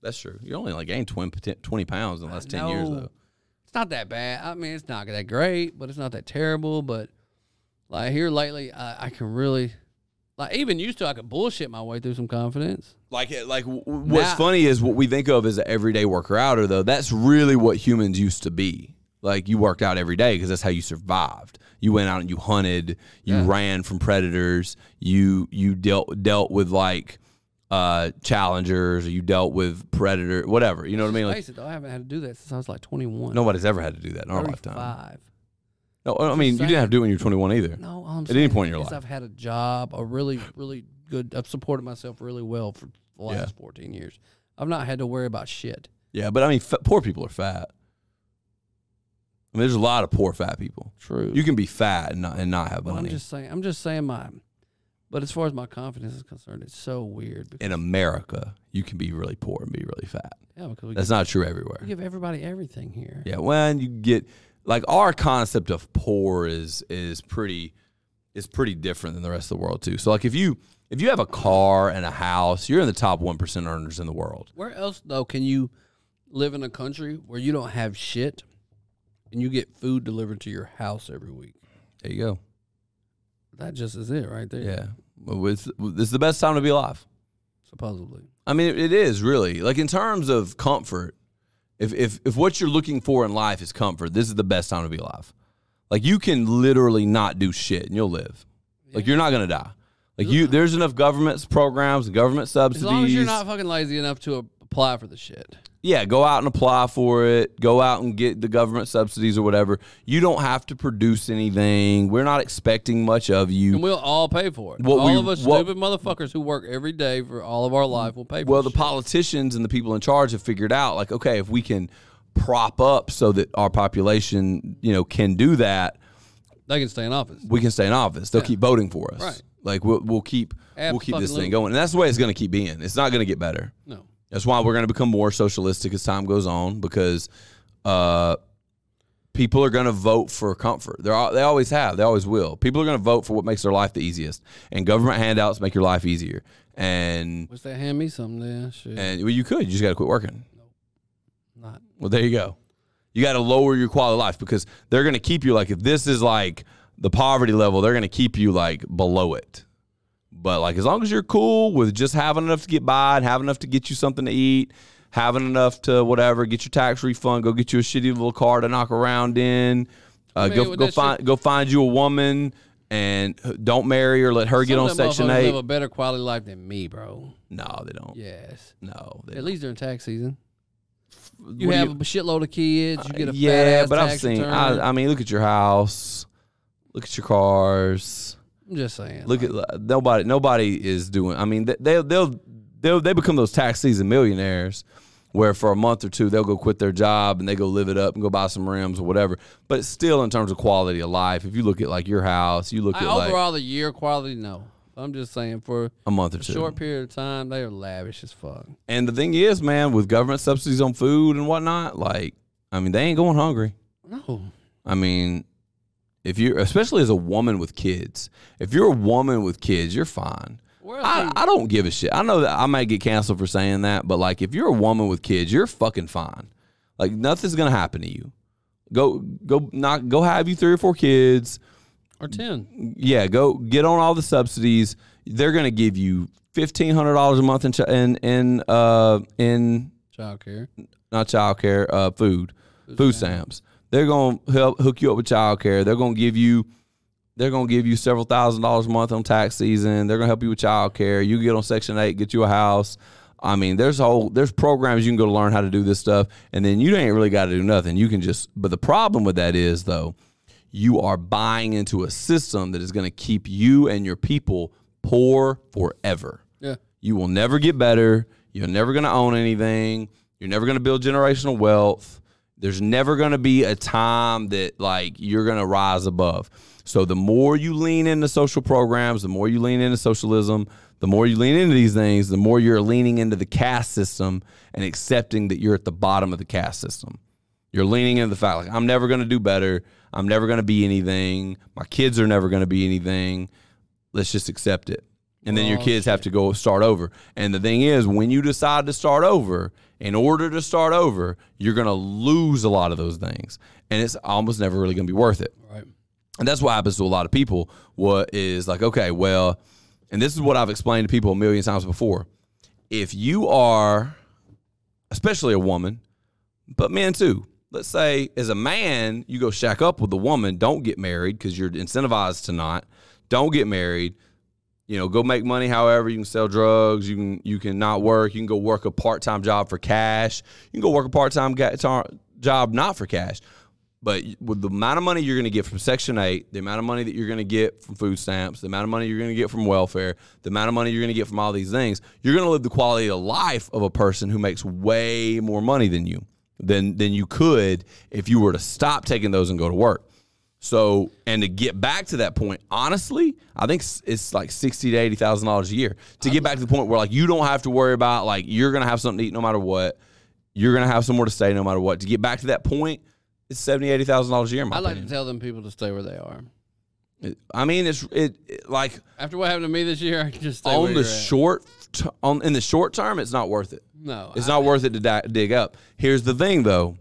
B: That's true. You only like gained 20, 20 pounds in the last 10 years,
C: know.
B: though.
C: It's not that bad. I mean, it's not that great, but it's not that terrible. But like here lately, I, I can really, like even used to, I could bullshit my way through some confidence.
B: Like, it- like w- w- what's
C: Now-
B: funny is what we think of as an everyday worker outer, though. That's really what humans used to be. Like, you worked out every day because that's how you survived. You went out and you hunted, you
C: Yeah.
B: ran from predators, you you dealt dealt with like uh challengers, or you dealt with predator, whatever. You know what I mean? Like,
C: Face it, though, I haven't had to do that since I was like 21.
B: nobody's ever had to do that in our lifetime.
C: 35.
B: No, I mean, you didn't have to do it when you were 21 either.
C: No, all I'm
B: At any
C: saying
B: point in your
C: is
B: life.
C: I've had a job, a really, really good. I've supported myself really well for the last
B: Yeah.
C: 14 years. I've not had to worry about shit.
B: Yeah, but I mean, fa poor people are fat. I mean, there's a lot of poor fat people.
C: True.
B: You can be fat and not, and not have
C: but I'm
B: money
C: just saying. I'm just saying my. But as far as my confidence is concerned, it's so weird. Because,
B: in America. You can be really poor and be really fat.
C: yeah, because we
B: That's
C: give,
B: not true
C: we
B: everywhere.
C: give everybody everything here.
B: Yeah, when you get like our concept of poor is is pretty is pretty different than the rest of the world too. So like if you if you have a car and a house, you're in the top one percent earners in the world.
C: Where else though can you live in a country where you don't have shit, and you get food delivered to your house every week?
B: There you go.
C: That just is it right there.
B: Yeah, Well, it's, it's the best time to be alive.
C: Supposedly.
B: I mean, it, it is really like in terms of comfort. If if if what you're looking for in life is comfort, this is the best time to be alive. Like you can literally not do shit and you'll live. Like you're not gonna die. Like you, there's enough government programs, government
C: As
B: subsidies.
C: long as you're not fucking lazy enough to apply for the shit.
B: yeah, go out and apply for it. Go out and get the government subsidies or whatever. You don't have to produce anything. We're not expecting much of you.
C: And we'll all pay for it.
B: What
C: all
B: we-
C: of us
B: what-
C: stupid motherfuckers who work every day for all of our life will pay for
B: Well,
C: it.
B: the politicians and the people in charge have figured out, like, okay, if we can prop up so that our population, you know, can do that,
C: they can stay in office.
B: we can stay in office. They'll keep voting for us.
C: Right.
B: Like we'll we'll keep we'll keep this
C: Absolutely.
B: thing going, and that's the way it's going to keep being. It's not going to get better.
C: No.
B: That's why we're going to become more socialistic as time goes on because uh, people are going to vote for comfort. They're al- they always have, they always will. People are going to vote for what makes their life the easiest, and government handouts make your life easier. And
C: Wish they hand me something then. Shit.
B: and well, you could, you just got to quit working.
C: Not.
B: Well, there you go. You got to lower your quality of life because they're going to keep you like if this is like the poverty level, they're going to keep you like below it. But like as long as you're cool with just having enough to get by and having enough to get you something to eat, having enough to whatever, get your tax refund, go get you a shitty little car to knock around in, uh,
C: mean,
B: go
C: with
B: go
C: that
B: find go find you a woman and don't marry or let her get
C: Some
B: on
C: of them
B: section
C: motherfuckers
B: eight.
C: live a better quality life than me, bro.
B: no, they don't.
C: Yes.
B: No, they
C: At
B: don't.
C: least during tax season. You
B: What do
C: have a shitload of kids. You get a
B: yeah,
C: fat ass
B: but
C: tax
B: I've seen.
C: return.
B: I, I mean, look at your house, look at your cars.
C: I'm just saying.
B: Look at uh, nobody. Nobody is doing. I mean, they they'll they'll, they'll they become those tax season millionaires, where for a month or two they'll go quit their job and they go live it up and go buy some rims or whatever. But it's still, in terms of quality of life, if you look at like your house, you look
C: I,
B: at like
C: overall, the year quality, no. I'm just saying for
B: a month or
C: a
B: two.
C: short period of time, they are lavish as fuck.
B: And the thing is, man, with government subsidies on food and whatnot, like I mean, they ain't going hungry.
C: No.
B: I mean, if you, are especially as a woman with kids, if you're a woman with kids, you're fine.
C: Where else
B: I,
C: you-
B: I don't give a shit. I know that I might get canceled for saying that, but like if you're a woman with kids, you're fucking fine. Like nothing's gonna happen to you. Go go knock go have you three or four kids.
C: or ten?
B: Yeah, go get on all the subsidies. They're gonna give you fifteen hundred dollars a month in chi- in in uh in
C: Childcare.
B: not childcare, uh, food, food stamps. They're gonna help hook you up with childcare. They're gonna give you, they're gonna give you several thousand dollars a month on tax season. They're gonna help you with childcare. You get on Section Eight, get you a house. I mean, there's whole there's programs you can go to learn how to do this stuff, and then you ain't really got to do nothing. You can just. But the problem with that is though, you are buying into a system that is gonna keep you and your people poor forever.
C: Yeah.
B: You will never get better. You're never going to own anything. You're never going to build generational wealth. There's never going to be a time that like you're going to rise above. So the more you lean into social programs, the more you lean into socialism, the more you lean into these things, the more you're leaning into the caste system and accepting that you're at the bottom of the caste system. You're leaning into the fact like I'm never going to do better. I'm never going to be anything. My kids are never going to be anything let's just accept it. And then your kids have to go start over. And the thing is, when you decide to start over, in order to start over, you're going to lose a lot of those things. And it's almost never really going to be worth it.
C: Right.
B: And that's what happens to a lot of people. What is like, okay, well, and this is what I've explained to people a million times before. If you are, especially a woman, but men too, let's say as a man, you go shack up with a woman, don't get married because you're incentivized to not, don't get married. You know, go make money however you can sell drugs, you can you can not work, you can go work a part-time job for cash. You can go work a part-time ga- tar- job not for cash. But with the amount of money you're going to get from Section 8, the amount of money that you're going to get from food stamps, the amount of money you're going to get from welfare, the amount of money you're going to get from all these things, you're going to live the quality of life of a person who makes way more money than you, than, than you could if you were to stop taking those and go to work. So, and to get back to that point, honestly, I think s- it's like sixty to eighty thousand dollars a year to get back to the point where like you don't have to worry about like you're gonna have something to eat no matter what, you're gonna have somewhere to stay no matter what. To get back to that point, it's seventy eighty thousand dollars a year. in My
C: I like to
B: opinion.
C: tell them people to stay where they are.
B: It- I mean, it's it, it- like
C: After what happened to me this year, I can just stay where
B: on the
C: you're at.
B: short t- on in the short term, it's not worth it.
C: No,
B: It's
C: I-
B: not worth it to di- dig up. Here's the thing, though.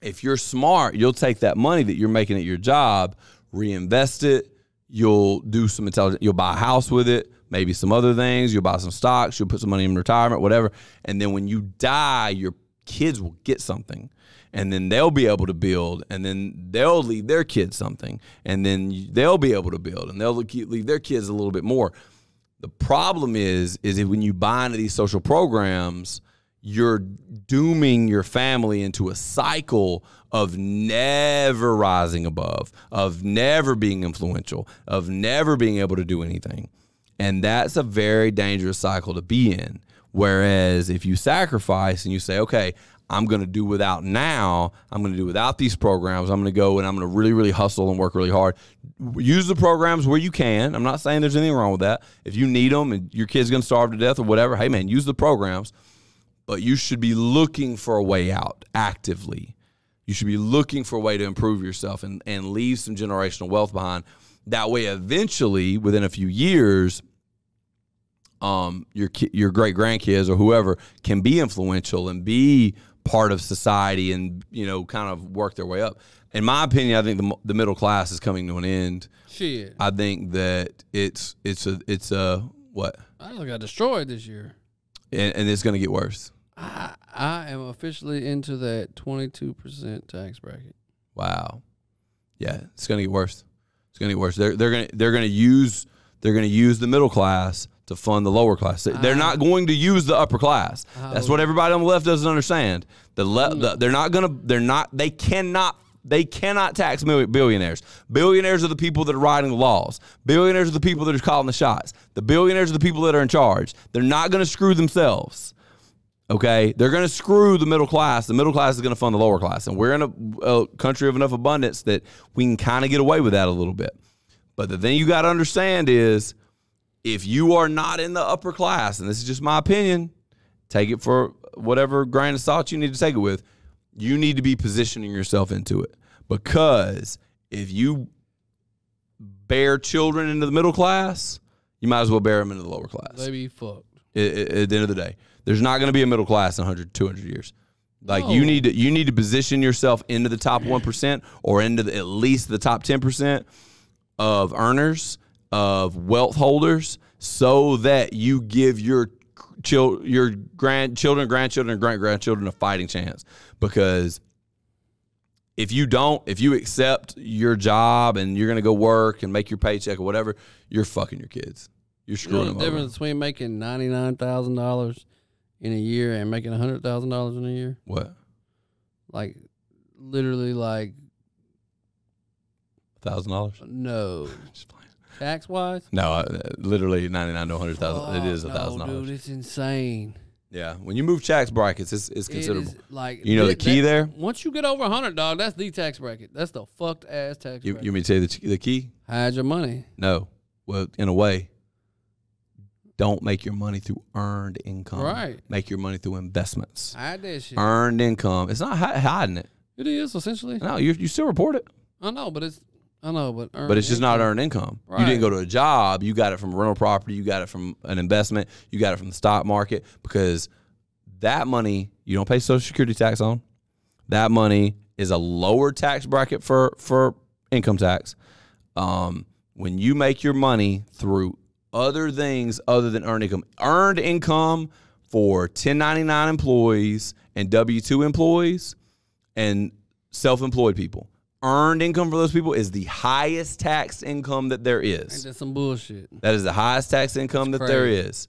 B: If you're smart, you'll take that money that you're making at your job, reinvest it. You'll do some intelligent. You'll buy a house with it, maybe some other things. You'll buy some stocks. You'll put some money in retirement, whatever. And then when you die, your kids will get something, and then they'll be able to build, and then they'll leave their kids something, and then you- they'll be able to build, and they'll leave their kids a little bit more. The problem is, is that when you buy into these social programs, you're dooming your family into a cycle of never rising above, of never being influential, of never being able to do anything. And that's a very dangerous cycle to be in. Whereas if you sacrifice and you say, okay, I'm going to do without now, I'm going to do without these programs, I'm going to go and I'm going to really, really hustle and work really hard. Use the programs where you can. I'm not saying there's anything wrong with that. If you need them and your kid's going to starve to death or whatever, hey man, use the programs but you should be looking for a way out actively. You should be looking for a way to improve yourself and, and leave some generational wealth behind. That way, eventually, within a few years, um, your ki- your great grandkids or whoever can be influential and be part of society and you know kind of work their way up. In my opinion, I think the, m- the middle class is coming to an end.
C: shit.
B: I think that it's it's a it's a what
C: I just got destroyed this year.
B: and, and it's going to get worse.
C: I I am officially into that twenty two percent tax bracket.
B: Wow. Yeah, it's gonna get worse. It's gonna get worse. They're they're gonna they're gonna use they're gonna use the middle class to fund the lower class. They- They're not going to use the upper class. That's what everybody on the left doesn't understand. The, le- the they're not gonna they're not they cannot they cannot tax mil- billionaires. Billionaires are the people that are writing the laws. Billionaires are the people that are calling the shots. The billionaires are the people that are in charge. They're not gonna screw themselves. Okay, they're going to screw the middle class. The middle class is going to fund the lower class, and we're in a, a country of enough abundance that we can kind of get away with that a little bit. But the thing you got to understand is, if you are not in the upper class, and this is just my opinion, take it for whatever grain of salt you need to take it with. You need to be positioning yourself into it because if you bear children into the middle class, you might as well bury them into the lower class.
C: They be fucked.
B: i- i- at the end of the day. There's not going to be a middle class in 100, 200 years. Like you
C: No.
B: need to you need to position yourself into the top one percent or into the, at least the top ten percent of earners of wealth holders, so that you give your child your grandchildren, grandchildren, and great grandchildren a fighting chance. Because if you don't, if you accept your job and you're going to go work and make your paycheck or whatever, you're fucking your kids. You're
C: You know
B: screwing
C: the
B: them over.
C: difference between making ninety nine thousand dollars in a year and making hundred thousand dollars in a year?
B: What?
C: Like literally like
B: thousand dollars.
C: no. Tax wise?
B: No, I, literally ninety nine to hundred thousand. It is a thousand
C: Oh, Dude,
B: dollars.
C: it's insane.
B: Yeah, when you move tax brackets, it's it's
C: It is,
B: considerable.
C: like
B: You know the
C: that-
B: key
C: that-
B: there?
C: Once you get over hundred, dog, that's the tax bracket. That's the fucked ass tax
B: you
C: bracket.
B: you mean to tell you the, the key?
C: Hide your money.
B: No. Well, in a way, don't make your money through earned income.
C: Right.
B: Make your money through investments.
C: Hide that shit.
B: Earned income. It's not hi- hiding it.
C: It is essentially.
B: No, you you still report it,
C: I know, but it's I know, but
B: but it's just not earned income. You didn't
C: Right.
B: go to a job. You got it from rental property. You got it from an investment. You got it from the stock market because that money you don't pay social security tax on. that money is a lower tax bracket for for income tax. Um, when you make your money through other things other than earned income, earned income for 1099 employees and W two employees and self employed people, earned income for those people is the highest tax income that there is.
C: That's some bullshit.
B: That is the highest tax income that there
C: crazy.
B: is.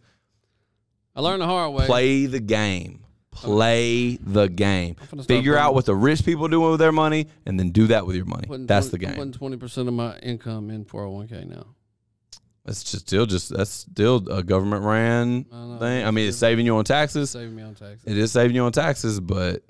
C: I learned the hard way.
B: Play the game. Play the game.
C: finna start
B: Figure out
C: putting-
B: what the rich people do with their money, and then do that with your money.
C: Putting
B: That's
C: 20
B: the
C: I'm
B: game.
C: Putting twenty percent of my income in four hundred one k now.
B: That's just still just that's still a government ran
C: I know,
B: thing. I mean, it's saving you on taxes.
C: Saving me on taxes.
B: It is saving you on taxes, but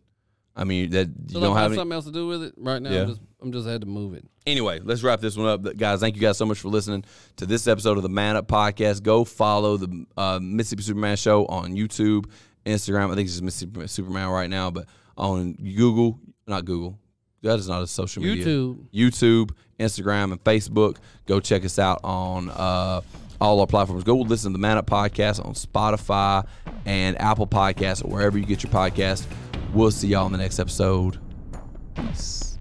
B: I mean that you
C: So
B: don't
C: if I
B: have
C: have
B: any.
C: something else to do with it right now.
B: Yeah.
C: I'm just I'm just had to move it.
B: anyway, let's wrap this one up, Th- guys. Thank you guys so much for listening to this episode of the Man Up Podcast. Go follow the uh, Mississippi Superman Show on YouTube, Instagram. I think it's just Mississippi Superman right now, but on Google, not Google. That is not a social media.
C: YouTube.
B: YouTube, Instagram, and Facebook. Go check us out on uh, all our platforms. Go listen to the Man Up Podcast on Spotify and Apple Podcasts or wherever you get your podcast. We'll see y'all in the next episode. Peace.